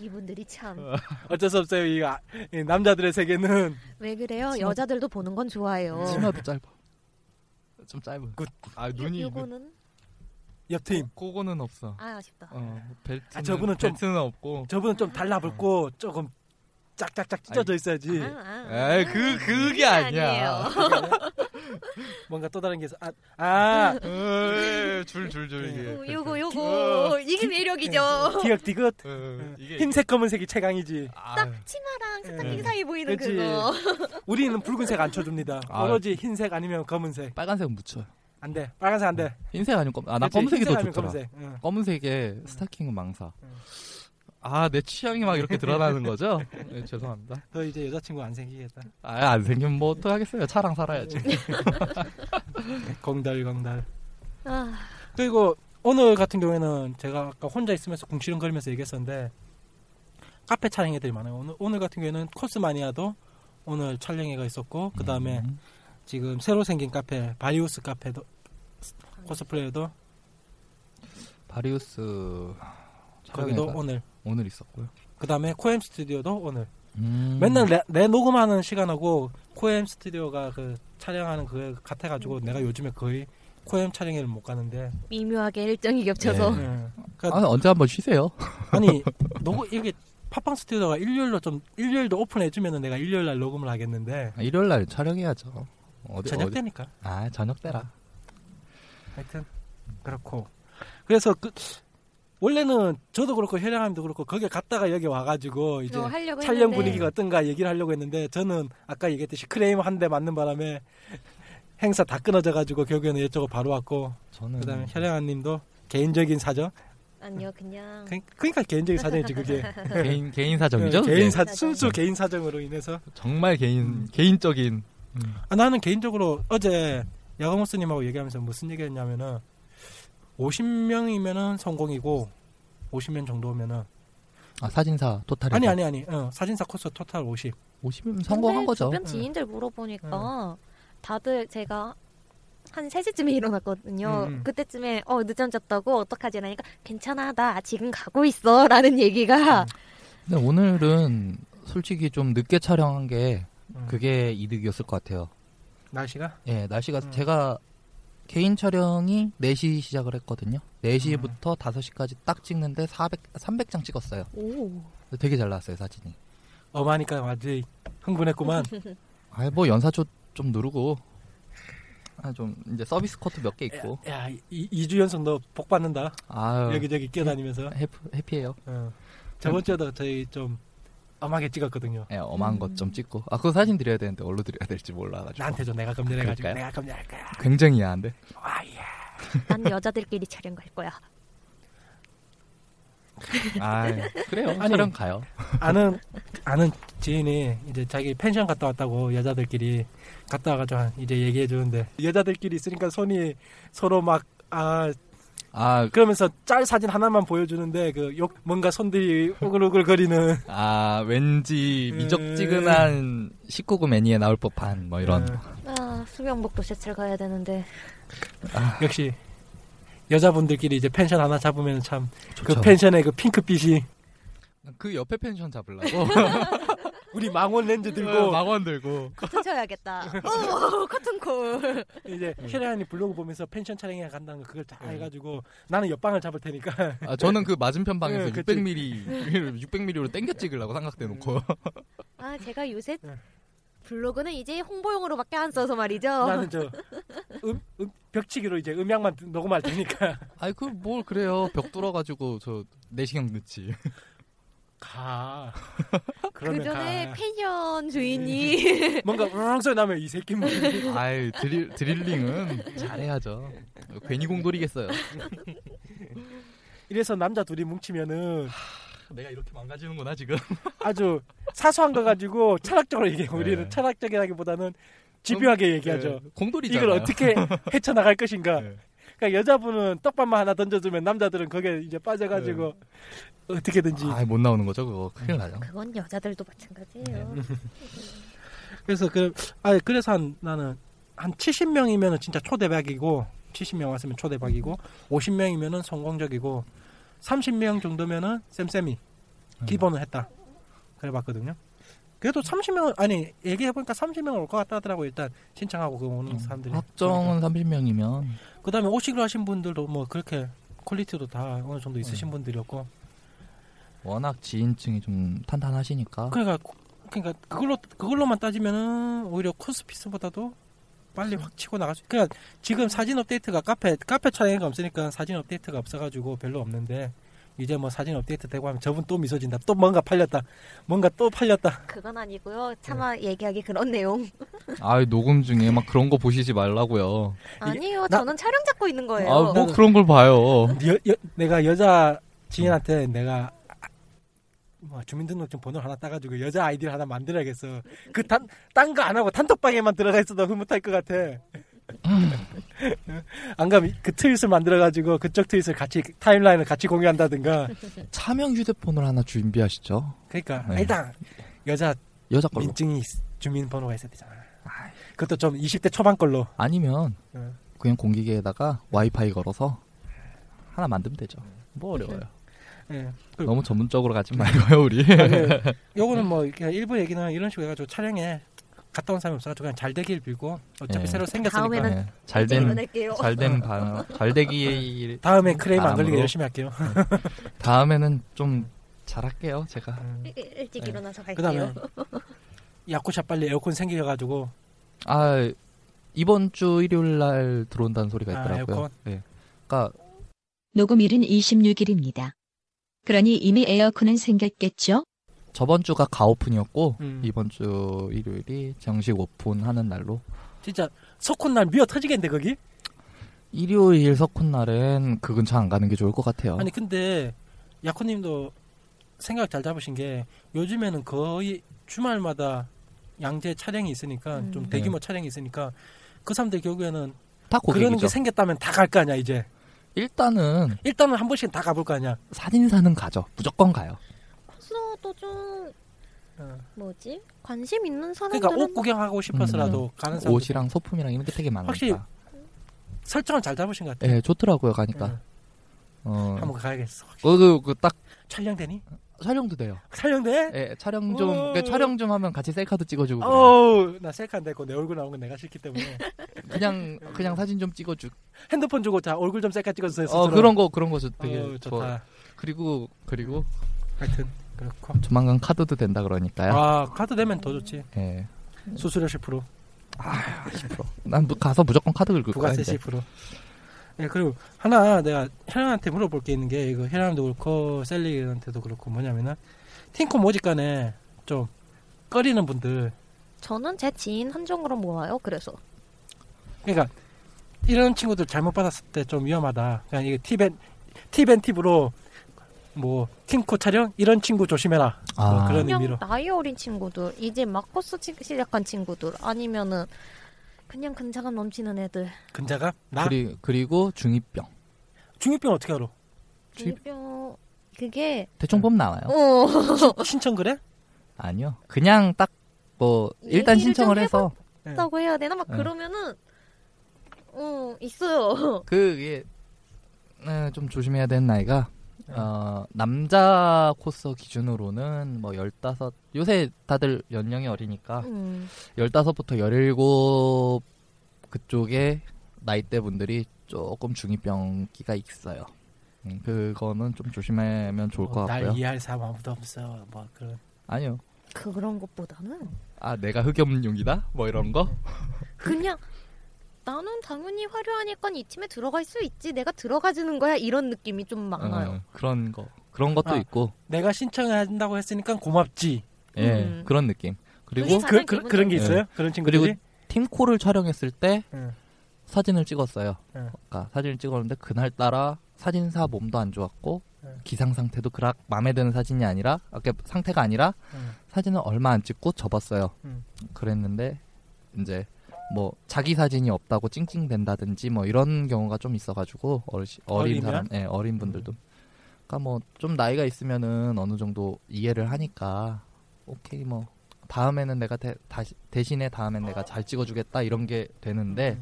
S6: 이분들이 참 왜
S3: 어쩔 수 없어요 이, 아- 이 남자들의 세계는
S6: 그래요? 여자들도 보는 건 좋아해요.
S8: 치마도 짧아. 좀 짧아.
S9: 아 눈이
S6: 요거는
S3: 옆팀
S9: 그거는 없어.
S6: 아 아쉽다.
S9: 어 벨트는
S3: 아, 저분은 좀-
S9: 벨트는 없고.
S3: 저분은 좀 달라붙고
S8: 아.
S3: 조금 짝짝짝 찢어져 있어야지
S6: 아, 아, 아.
S9: 에이 그 그게 아니야.
S3: 뭔가 또 다른 게 있어 아, 아
S9: 줄줄 줄
S8: 예,
S6: 어, 요-
S9: 이게.
S6: 요거 요거 이게 매력이죠.
S3: 디귿 디귿
S8: 그,
S9: 어, 이게
S3: 흰색 검은색이 최강이지
S9: 아,
S6: 딱 치마랑 스타킹
S3: 예.
S6: 사이 보이는
S3: 그치.
S6: 그거.
S3: 우리는 붉은색 안 쳐줍니다
S9: 아.
S3: 오로지 흰색 아니면 검은색
S8: 빨간색은 묻혀요.
S3: 안돼 빨간색 안돼
S8: 흰색 아니면 검. 아나 검은색이 더 좋더라.
S3: 검은색. 응.
S8: 검은색에 스타킹은 망사.
S3: 음.
S9: 아, 내 취향이 막 이렇게 드러나는 거죠? 네, 죄송합니다.
S3: 너 이제 여자친구 안 생기겠다
S8: 아예 안 생기면 뭐 어떡하겠어요. 차랑 살아야지.
S3: 공달공달
S6: 아,
S3: 그리고 오늘 같은 경우에는 제가 아까 혼자 있으면서 궁시렁거리면서 얘기했었는데 카페 촬영 애들이 많아요. 오늘, 오늘 같은 경우에는 코스마니아도 오늘 촬영회가 있었고 그 다음에
S8: 음.
S3: 지금 새로 생긴 카페 바리우스 카페도 코스플레이도
S8: 바리우스
S3: 거기도
S8: 촬영회가
S3: 오늘
S8: 오늘 있었고요.
S3: 그 다음에 코엠 스튜디오도 오늘
S8: 음.
S3: 맨날 내, 내 녹음하는 시간하고 코엠 스튜디오가 그 촬영하는 그 같아가지고 내가 요즘에 거의 코엠 촬영회를 못 가는데
S6: 미묘하게 일정이 겹쳐서
S8: 예.
S3: 음.
S8: 아,
S3: 그러니까
S8: 언제 한번 쉬세요.
S3: 아니 녹음 이게 팝빵 스튜디오가 일요일로 좀 일요일도 오픈해주면은 내가 일요일 날 녹음을 하겠는데
S8: 아, 일요일 날 촬영해야죠. 어디
S3: 저녁
S8: 어디?
S3: 때니까
S8: 아 저녁 때라.
S3: 하여튼
S8: 음.
S3: 그렇고 그래서 그 원래는 저도 그렇고 혜량함도 그렇고 거기에 갔다가 여기 와가지고 이제
S6: 어, 하려고
S3: 촬영
S6: 했는데
S3: 분위기가 어떤가 얘기를 하려고 했는데 저는 아까 얘기했듯이 크레임 한 대 맞는 바람에 행사 다 끊어져가지고 결국에는 이쪽으로 바로 왔고
S8: 저는 뭐
S3: 그다음에 혜량아님도 개인적인 사정
S6: 어. 아니요 그냥
S3: 그- 그러니까 개인적인 사정이지 그게
S8: 개인 개인 사정이죠.
S3: 네,
S8: 예.
S3: 개인
S8: 그게?
S3: 음. 사 순수 개인 사정으로 인해서
S9: 정말 개인, 개인적인.
S3: 아, 나는 개인적으로 어제 야광호스님하고 얘기하면서 무슨 얘기했냐면은 50명이면은 성공이고 50명 정도면은
S8: 아 사진사 토탈.
S3: 아니 아니 아니 어, 사진사 코스 토탈 50
S8: 50면 성공한
S6: 근데
S8: 거죠.
S6: 주변 지인들 물어보니까 다들 제가 한 3시쯤에 일어났거든요.
S3: 음, 음.
S6: 그때쯤에 어 늦잠잤다고 어떡하지? 라니까 괜찮아 나 지금 가고 있어 라는 얘기가
S8: 근데 오늘은 솔직히 좀 늦게 촬영한 게
S3: 음.
S8: 그게 이득이었을 것 같아요.
S3: 날씨가
S8: 예, 날씨가
S3: 음.
S8: 제가 개인 촬영이 4시 시작을 했거든요. 4시부터 5시까지 딱 찍는데 400, 300장 찍었어요.
S6: 오
S8: 되게 잘 나왔어요, 사진이.
S3: 엄하니까 완전히 흥분했구만
S8: 아, 뭐 연사초 좀 누르고 아, 좀 이제 서비스 커트 몇 개 있고.
S3: 야 이, 이주 연속 너 복 받는다
S8: 예. 아,
S3: 여기저기 뛰어다니면서
S8: 해프, 해피해요.
S3: 어. 저번 주에도 저희 좀 엄하게 찍었거든요
S8: 예, 엄한 것 좀 찍고. 아, 그거 사진 드려야 되는데 어디로 드려야 될지 몰라 가지고.
S3: 나한테 줘 내가 검열해가지고
S8: 그럴까요?
S3: 내가 검열할 거야
S8: 굉장히 야한데.
S3: 와예
S6: 난 여자들끼리 촬영 갈 거야.
S8: 아 그래요.
S3: 아니,
S8: 촬영 가요.
S3: 아는 아는 지인이 이제 자기 펜션 갔다 왔다고 여자들끼리 갔다 와가지고 한- 이제 얘기해 주는데 여자들끼리 있으니까 손이 서로 막 아 그러면서 짤 사진 하나만 보여주는데 그 욕- 뭔가 손들이 오글오글 거리는
S8: 아 왠지 미적지근한 19금 애니에 나올 법한 뭐 이런.
S6: 아, 수경복 도시체를 가야 되는데.
S3: 아, 역시 여자분들끼리 이제 펜션 하나 잡으면 참 그
S8: 좋죠.
S3: 펜션의 그 핑크빛이
S8: 그 옆에 펜션 잡으려고.
S3: 우리 망원
S8: 네,
S3: 렌즈 들고
S8: 망원 들고
S6: 커튼 쳐야겠다. 오, 커튼 콜.
S3: 이제
S8: 네.
S3: 혜란이 블로그 보면서 펜션 촬영에 간다는 거 그걸 다 해가지고 나는 옆방을 잡을 테니까
S8: 아, 저는 그 맞은편 방에서
S3: 예, 그치.
S8: 600mm, 600mm로 땡겨 찍으려고 삼각대 놓고.
S4: 아 제가 요새
S3: 네.
S4: 블로그는 이제 홍보용으로밖에 안 써서 말이죠.
S3: 나는 저 음, 음, 벽치기로 이제 음향만 녹음할 테니까
S8: 아이 그 뭘 그래요. 벽 뚫어가지고 저 내시경 넣지.
S3: 가
S4: 그
S3: 그러면
S4: 전에
S3: 가
S4: 펜션
S3: 네.
S4: 주인이
S3: 뭔가 으렁 소리 나면 이 새끼 뭐
S8: 아이 드릴, 드릴링은 잘해야죠. 괜히 공돌이겠어요.
S3: 이래서 남자 둘이 뭉치면은
S8: 내가 이렇게 망가지는구나 지금.
S3: 아주 사소한 거 가지고 철학적으로 얘기해 요 우리는
S8: 네.
S3: 철학적이라기보다는 집요하게 얘기하죠
S8: 네, 공돌이잖아요.
S3: 이걸 어떻게 헤쳐나갈 것인가
S8: 네.
S3: 그러니까 여자분은 떡밥만 하나 던져주면 남자들은 거기에 이제 빠져가지고
S8: 네.
S3: 어떻게든지
S8: 아이 못 나오는 거죠 그거 큰일 나죠.
S4: 그건 여자들도 마찬가지예요.
S3: 네. 그래서 그, 아 그래서 한, 나는 한 70명이면은 진짜 초대박이고 70명 왔으면 초대박이고 50명이면은 성공적이고 30명 정도면은 쌤쌤이
S8: 음.
S3: 기본을 했다. 그래봤거든요. 그래도 30명 아니 얘기해보니까 30명 올 것 같다 하더라고 일단 신청하고 그
S8: 음,
S3: 오는 사람들이.
S8: 확정은 30명이면
S3: 그다음에 오시기로 하신 분들도 뭐 그렇게 퀄리티도 다 어느 정도 있으신
S8: 음.
S3: 분들이었고
S8: 워낙 지인층이 좀 탄탄하시니까.
S3: 그러니까 고- 그러니까 그걸로 그걸로만 따지면은 오히려 코스피스보다도 빨리 확 치고 나갈 수. 그러니까 지금 사진 업데이트가 카페 카페 촬영이 없으니까 사진 업데이트가 없어가지고 별로 없는데 이제 뭐 사진 업데이트 되고 하면 저분 또 미소진다. 또 뭔가 팔렸다. 뭔가 또 팔렸다.
S4: 그건 아니고요. 차마
S3: 네.
S4: 얘기하기 그런 내용.
S8: 아이 녹음 중에 막 그런 거 보시지 말라고요.
S4: 아니요,
S3: 나-
S4: 저는 촬영 잡고 있는 거예요.
S8: 아 뭐 그런 걸 봐요.
S3: 여, 여- 내가 여자 지인한테 내가 아- 뭐 주민등록증 번호 하나 따가지고 여자 아이디를 하나 만들어야겠어. 그 단 딴 거 안 하고 단톡방에만 들어가 있어도 흐뭇할 것 같아. 안 가면 그 트윗을 만들어가지고 그쪽 트윗을 같이 타임라인을 같이 공유한다든가.
S8: 차명 휴대폰을 하나 준비하시죠.
S3: 그러니까
S8: 네.
S3: 일단 여자
S8: 여자 걸로.
S3: 민증이 있- 주민번호가 있어야 되잖아. 그것도 좀 20대 초반 걸로.
S8: 아니면
S3: 네.
S8: 그냥 공기계에다가 와이파이 걸어서 하나 만들면 되죠. 뭐 어려워요.
S3: 예. 그리고
S8: 너무 전문적으로 가지 말고요 우리.
S3: 네. 요거는 뭐 그냥 일부 얘기는 이런 식으로 해가지고 촬영에 갔다 온 사람이 없어가지고 그냥 잘 되길 빌고 어차피
S8: 예.
S3: 새로 생겼으니까
S4: 다음에는
S3: 다음에, 네.
S8: 잘된
S4: 보낼게요.
S8: 잘된 바, 잘 되기
S3: 크레임 안 걸리게
S8: 바람으로.
S3: 열심히 할게요.
S8: 다음에는 좀 잘할게요 제가.
S4: 일- 일찍
S3: 네.
S4: 일어나서
S3: 그다음에
S4: 갈게요.
S3: 야쿠샵 빨리 에어컨 생겨가지고
S8: 아 이번 주 일요일 날 들어온다는 소리가
S3: 아,
S8: 있더라고요.
S3: 에어컨?
S8: 예. 그러니까
S7: 녹음일은 26일입니다. 그러니 이미 에어컨은 생겼겠죠?
S8: 저번 주가 가오픈이었고
S3: 음.
S8: 이번 주 일요일이 정식 오픈하는 날로
S3: 진짜 석훈날 미어 터지겠는데 거기?
S8: 일요일 석훈 날은 그 근처 안 가는 게 좋을 것 같아요.
S3: 아니 근데 야쿠님도 생각 잘 잡으신 게 요즘에는 거의 주말마다 양재 촬영이 있으니까
S4: 음.
S3: 좀 대규모 촬영이 있으니까 그 사람들 결국에는
S8: 다
S3: 그런
S8: 네. 고객이죠.
S3: 게 생겼다면 다 갈 거 아니야 이제
S8: 일단은
S3: 일단은 한 번씩 다 가볼 거 아니야
S8: 사진사는 가죠. 무조건 가요.
S6: 수도도 좀
S3: 어.
S6: 뭐지? 관심 있는 사람들은
S3: 그러니까 옷 구경하고 싶어서라도 가는 사람
S8: 음. 옷이랑 소품이랑 이런 게 되게 많으니까.
S3: 확실히- 설정을 잘 잡으신 것 같아.
S8: 예, 좋더라고요 가니까. 어,
S3: 네. 한번 가야겠어.
S8: 그그딱
S3: 촬영되니?
S8: 촬영도 돼요.
S3: 촬영돼?
S8: 음. 예, 촬영 좀
S3: 오.
S8: 그 촬영 좀 하면 같이 셀카도 찍어주고 그래요.
S3: 어. 어우, 나 셀카 안 되고 내 얼굴 나온 건 내가 싫기 때문에
S8: 그냥 그냥 사진 좀 찍어주고
S3: 핸드폰 주고 자 얼굴 좀 셀카 찍어주세요.
S8: 어,
S3: 스스로.
S8: 그런 거 그런 거 되게
S3: 어우,
S8: 좋아.
S3: 좋다.
S8: 그리고 그리고
S3: 하여튼 그렇고.
S8: 조만간 카드도 된다 그러니까요.
S3: 아 카드 되면 더 좋지.
S8: 예.
S3: 수수료 10%,
S8: 음, 난 무- 가서 무조건 카드 긁을 거야.
S3: 부가세
S8: 이제.
S3: 10%. 예 그리고 하나 내가 혜란한테 물어볼 게 있는 게 이거 혜란도 그렇고 셀리한테도 그렇고 뭐냐면은 팅코 모집관에 좀 꺼리는 분들
S6: 저는 제 지인 한정으로 모아요. 그래서
S3: 그러니까 이런 친구들 잘못 받았을 때 좀 위험하다. 그냥 이게 티벤 티벤 팁으로 뭐 팅코 촬영 이런 친구 조심해라.
S8: 아.
S3: 뭐 그런
S6: 그냥
S3: 의미로.
S6: 나이 어린 친구들 이제 막 코스 치- 시작한 친구들 아니면은 그냥 근자감 넘치는 애들
S3: 근자가 나
S8: 그리, 그리고 중2병.
S3: 중2병 어떻게 알아?
S6: 중병 그게
S8: 대충 보면 나와요.
S6: 어.
S3: 신청 그래?
S8: 아니요. 그냥 딱 뭐 일단
S6: 얘기를 좀
S8: 신청을 해서
S6: 해봤다고 해야 되나 막
S8: 네.
S6: 그러면은 어 있어요.
S8: 그게 예. 네, 좀 조심해야 되는 나이가
S6: 네.
S8: 어, 남자 코스 기준으로는 뭐 15, 요새 다들 연령이 어리니까
S6: 음.
S8: 15부터 17 그쪽에 나이대 분들이 조금 중이병기가 있어요. 음, 그거는 좀 조심하면 좋을 것
S3: 어, 날
S8: 같고요.
S3: 이해할 사람 아무도 없어. 뭐 그런.
S8: 아니요.
S6: 그런 것보다는
S8: 아, 내가 흑염룡이다? 뭐 이런 거?
S6: 그냥 나는 당연히 화려하니까 이 팀에 들어갈 수 있지. 내가 들어가주는 거야 이런 느낌이 좀 많아요.
S8: 어, 그런 거. 그런 것도
S3: 아,
S8: 있고.
S3: 내가 신청한다고 했으니까 고맙지.
S8: 예,
S3: 음.
S8: 그런 느낌. 그리고
S3: 그게 가장 그- 그- 그런 게 기본적인 있어요? 그런 친구들이?
S8: 네. 그리고 팀콜을 촬영했을 때
S3: 음.
S8: 사진을 찍었어요.
S3: 음.
S8: 그러니까 사진을 찍었는데 그날 따라 사진사 몸도 안 좋았고
S3: 음.
S8: 기상 상태도 그락 마음에 드는 사진이 아니라 아까 상태가 아니라
S3: 음.
S8: 사진을 얼마 안 찍고 접었어요.
S3: 음.
S8: 그랬는데 이제 뭐 자기 사진이 없다고 찡찡댄다든지 뭐 이런 경우가 좀 있어가지고 어르시, 어린
S3: 어리면? 음.
S8: 사람, 예, 어린 분들도. 그러니까 뭐 좀 나이가 있으면은 어느 정도 이해를 하니까 오케이 뭐 다음에는 내가 대, 다시, 대신에 다음엔 내가 잘 찍어주겠다 이런 게 되는데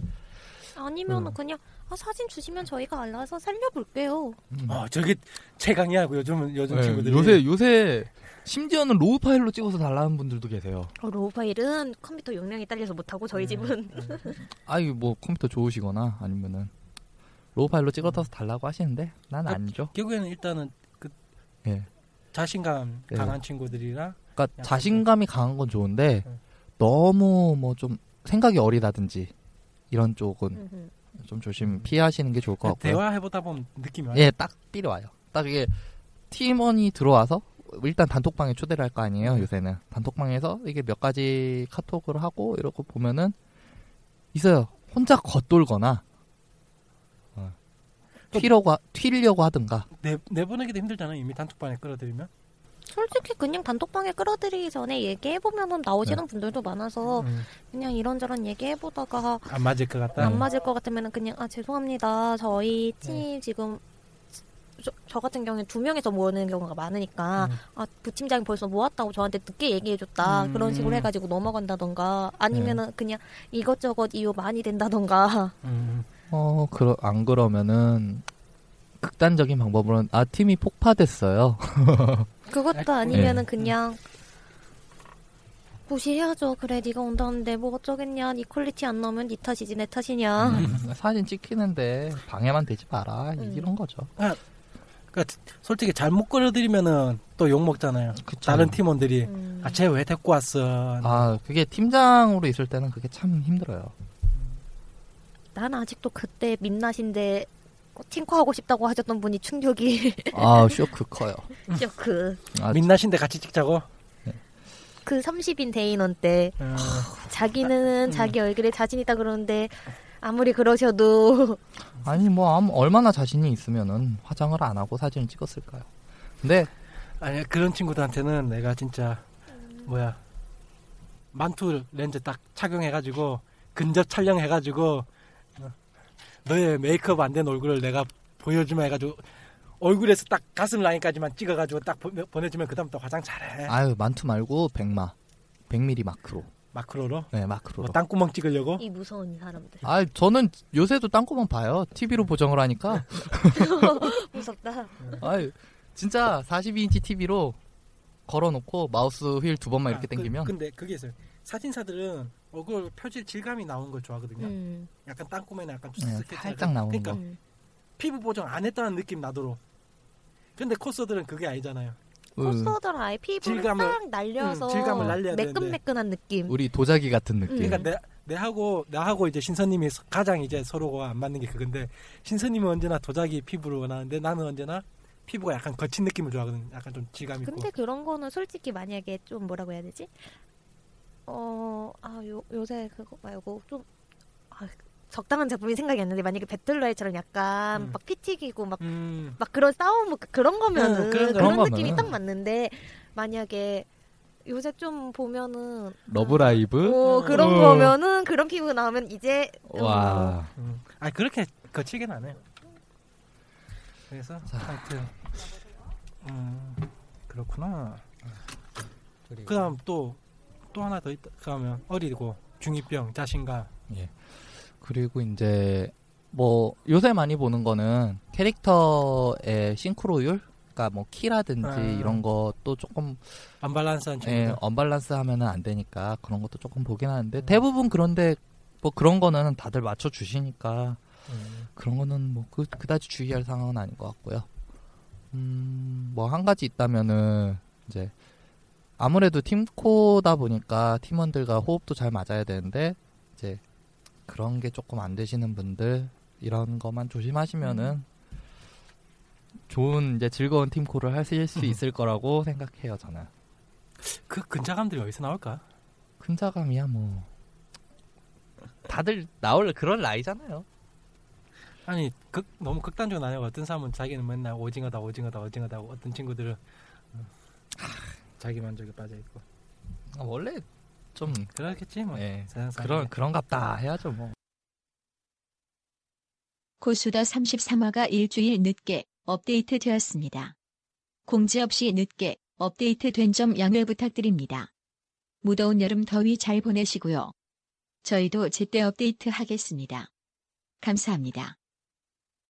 S6: 아니면
S8: 음.
S6: 은 그냥 아, 사진 주시면 저희가 알아서 살려볼게요.
S3: 어, 저게 최강이야. 요즘 요즘
S8: 예,
S3: 친구들이.
S8: 아, 요새 요새 심지어는 로우 파일로 찍어서 달라는 분들도 계세요.
S6: 어, 로우파일은 컴퓨터 용량이 딸려서
S3: 음.
S6: 못하고
S3: 네.
S6: 저희 집은
S8: 아이 뭐 컴퓨터 좋으시거나 아니면은 로우 파일로 찍어서 달라고 하시는데 난
S3: 아,
S8: 아니죠.
S3: 결국에는 일단은 그
S8: 예.
S3: 자신감
S8: 네.
S3: 강한 친구들이랑
S8: 그러니까
S3: 약간
S8: 자신감이 강한 건 좋은데 너무 뭐 좀 생각이 어리다든지 이런
S6: 음.
S8: 쪽은 좀 조심 피하시는 게 좋을 것 같고요.
S3: 그 대화해보다 보면 느낌이 와요.
S8: 예, 딱 필요해요. 딱 이게 팀원이 들어와서 일단 단톡방에 초대를 할 거 아니에요. 요새는 단톡방에서 이게 몇 가지 카톡을 하고 이러고 보면은 있어요. 혼자 겉돌거나 어, 튀려고 하- 튀려고 하든가
S3: 내, 내보내기도 힘들잖아요. 이미 단톡방에 끌어들이면.
S6: 솔직히 그냥 단톡방에 끌어들이기 전에 얘기해보면은 나오시는 분들도 많아서
S3: 네. 음. 네.
S6: 그냥 이런저런 얘기해보다가
S3: 안 맞을 것 같다.
S6: 안 맞을 것 같으면은 그냥 아 죄송합니다 저희 팀
S3: 네.
S6: 지금 저, 저 같은 경우에 두 명에서 모이는 경우가 많으니까 아 부팀장이 벌써 모았다고 저한테 늦게 얘기해줬다
S3: 음. 네.
S6: 그런 식으로 해가지고 넘어간다던가 아니면은 그냥 이것저것 이유 많이 된다던가
S3: 음.
S8: 어, 그러, 안 그러면은 극단적인 방법으로는 아 팀이 폭파됐어요.
S3: 네.
S6: 그것도 아니면은 그냥 무시해야죠 그래 네가 온다는데 뭐 어쩌겠냐 네 퀄리티 안 나오면 네 탓이지 내 탓이냐
S3: 음.
S8: 사진 찍히는데 방해만 되지 마라 이런 거죠.
S3: 아, 그러니까 솔직히 잘못 끌어들이면은 또 욕 먹잖아요. 다른 팀원들이
S6: 음.
S3: 아, 쟤 왜 데리고 왔어?
S8: 아 그게 팀장으로 있을 때는 그게 참 힘들어요.
S6: 난 아직도 그때 민낯인데 팀코하고 싶다고 하셨던 분이 충격이
S8: 아 쇼크 커요.
S3: 음.
S6: 쇼크.
S8: 아,
S3: 민낯인데 같이 찍자고.
S6: 그 30인 대인원 때
S3: 음.
S6: 자기는 자기 얼굴에 자신 있다 그러는데 아무리 그러셔도
S8: 아니 뭐 아무- 얼마나 자신이 있으면은 화장을 안 하고 사진을 찍었을까요? 근데
S3: 아니 그런 친구들한테는 내가 진짜 뭐야 만투 렌즈 딱 착용해가지고 근접 촬영해가지고 어, 너의 메이크업 안 된 얼굴을 내가 보여주면 해가지고 얼굴에서 딱 가슴 라인까지만 찍어가지고 딱 보- 보내주면 그다음부터 화장 잘해
S8: 아유 만투 말고 백마, 100mm 마크로.
S3: 마크로로
S8: 네 마크로.
S3: 뭐 땅구멍 찍으려고
S6: 이 무서운 이 사람들
S8: 아 저는 요새도 땅콩만 봐요. TV로 보정을 하니까.
S6: 무섭다.
S8: 아 진짜 42인치 TV로 걸어놓고 마우스 휠 두 번만 이렇게
S3: 아, 그-
S8: 당기면
S3: 근데 그게 있어요 사진사들은 얼굴 표질 질감이 나오는 걸 좋아하거든요
S6: 음.
S3: 약간 땅콩에는 약간
S8: 네,
S3: 스케치
S8: 살짝 나오는
S3: 그러니까
S8: 거.
S3: 피부 보정 안 했다는 느낌 나도록 근데 코스들은 그게 아니잖아요
S8: 음,
S3: 어,
S6: 코스터들 아예 피부를
S3: 질감을-
S6: 딱 날려서
S3: 음, 질감을 날려야
S6: 매끈매끈한 느낌.
S8: 우리 도자기 같은 느낌.
S3: 그러니까
S6: 네.
S3: 내 내하고 나하고 이제 신선님이 서- 가장 이제 서로가 안 맞는 게 그건데 신선님은 언제나 도자기 피부를 원하는데 나는 언제나 피부가 약간 거친 느낌을 좋아하거든. 약간 좀 질감 있고.
S6: 근데 그런 거는 솔직히 만약에 좀 뭐라고 해야 되지? 어, 아, 요, 요새 그거 말고 좀, 아, 적당한 제품이 생각이 안 나는데 만약에 배틀로얄처럼 약간
S10: 음.
S6: 막 피 튀기고 막,
S10: 음.
S6: 막 그런 싸움 그런 거면은
S10: 응,
S6: 그런,
S10: 그런 거. 그런
S6: 느낌이
S10: 거면은.
S6: 딱 맞는데 만약에 요새 좀 보면은
S11: 러브라이브?
S6: 오 그런
S11: 음.
S6: 거면은 그런 피부 나오면 이제
S11: 와.
S3: 음. 아 그렇게 거칠긴 안 해요. 그래서 하여튼 음, 그렇구나. 그다음 또 또 하나 더 있다 그러면 어리고 중이병 자신감
S8: 그리고 이제 뭐 요새 많이 보는 거는 캐릭터의 싱크로율, 그러니까 뭐 키라든지
S3: 아. 그렇죠.
S8: 이런 것도 조금
S6: 네,
S3: 안발란스한
S8: 예,
S3: 중이병.
S8: 언밸런스 하면은 안 되니까 그런 것도 조금 보긴 하는데
S3: 음.
S8: 대부분 그런데 뭐 그런 거는 다들 맞춰 주시니까 그런 거는 뭐 그, 그다지 주의할 상황은 아닌 것 같고요. 음, 뭐 한 가지 있다면은 이제 아무래도 팀코다 보니까 팀원들과 호흡도 잘 맞아야 되는데 이제 그런 게 조금 안 되시는 분들 이런 거만 조심하시면은 좋은 이제 즐거운 팀코를 하실 수 있을 거라고 생각해요 저는.
S3: 그 근자감들이 어디서 나올까?
S8: 근자감이야 뭐 다들 나올 그런 나이잖아요.
S3: 아니 극, 너무 극단적으로 나뉘어 어떤 사람은 자기는 맨날 오징어다 오징어다 오징어다 하고 어떤 친구들은 음, 자기 만족에 빠져 있고
S8: 아, 원래 좀 예.
S3: 그렇겠지 뭐 세상 사람이.
S8: 네. 그런 그런갑다 해야죠 뭐.
S7: 고수다 33화가 일주일 늦게 업데이트 되었습니다. 공지 없이 늦게 업데이트 된 점 양해 부탁드립니다. 무더운 여름 더위 잘 보내시고요. 저희도 제때 업데이트 하겠습니다. 감사합니다.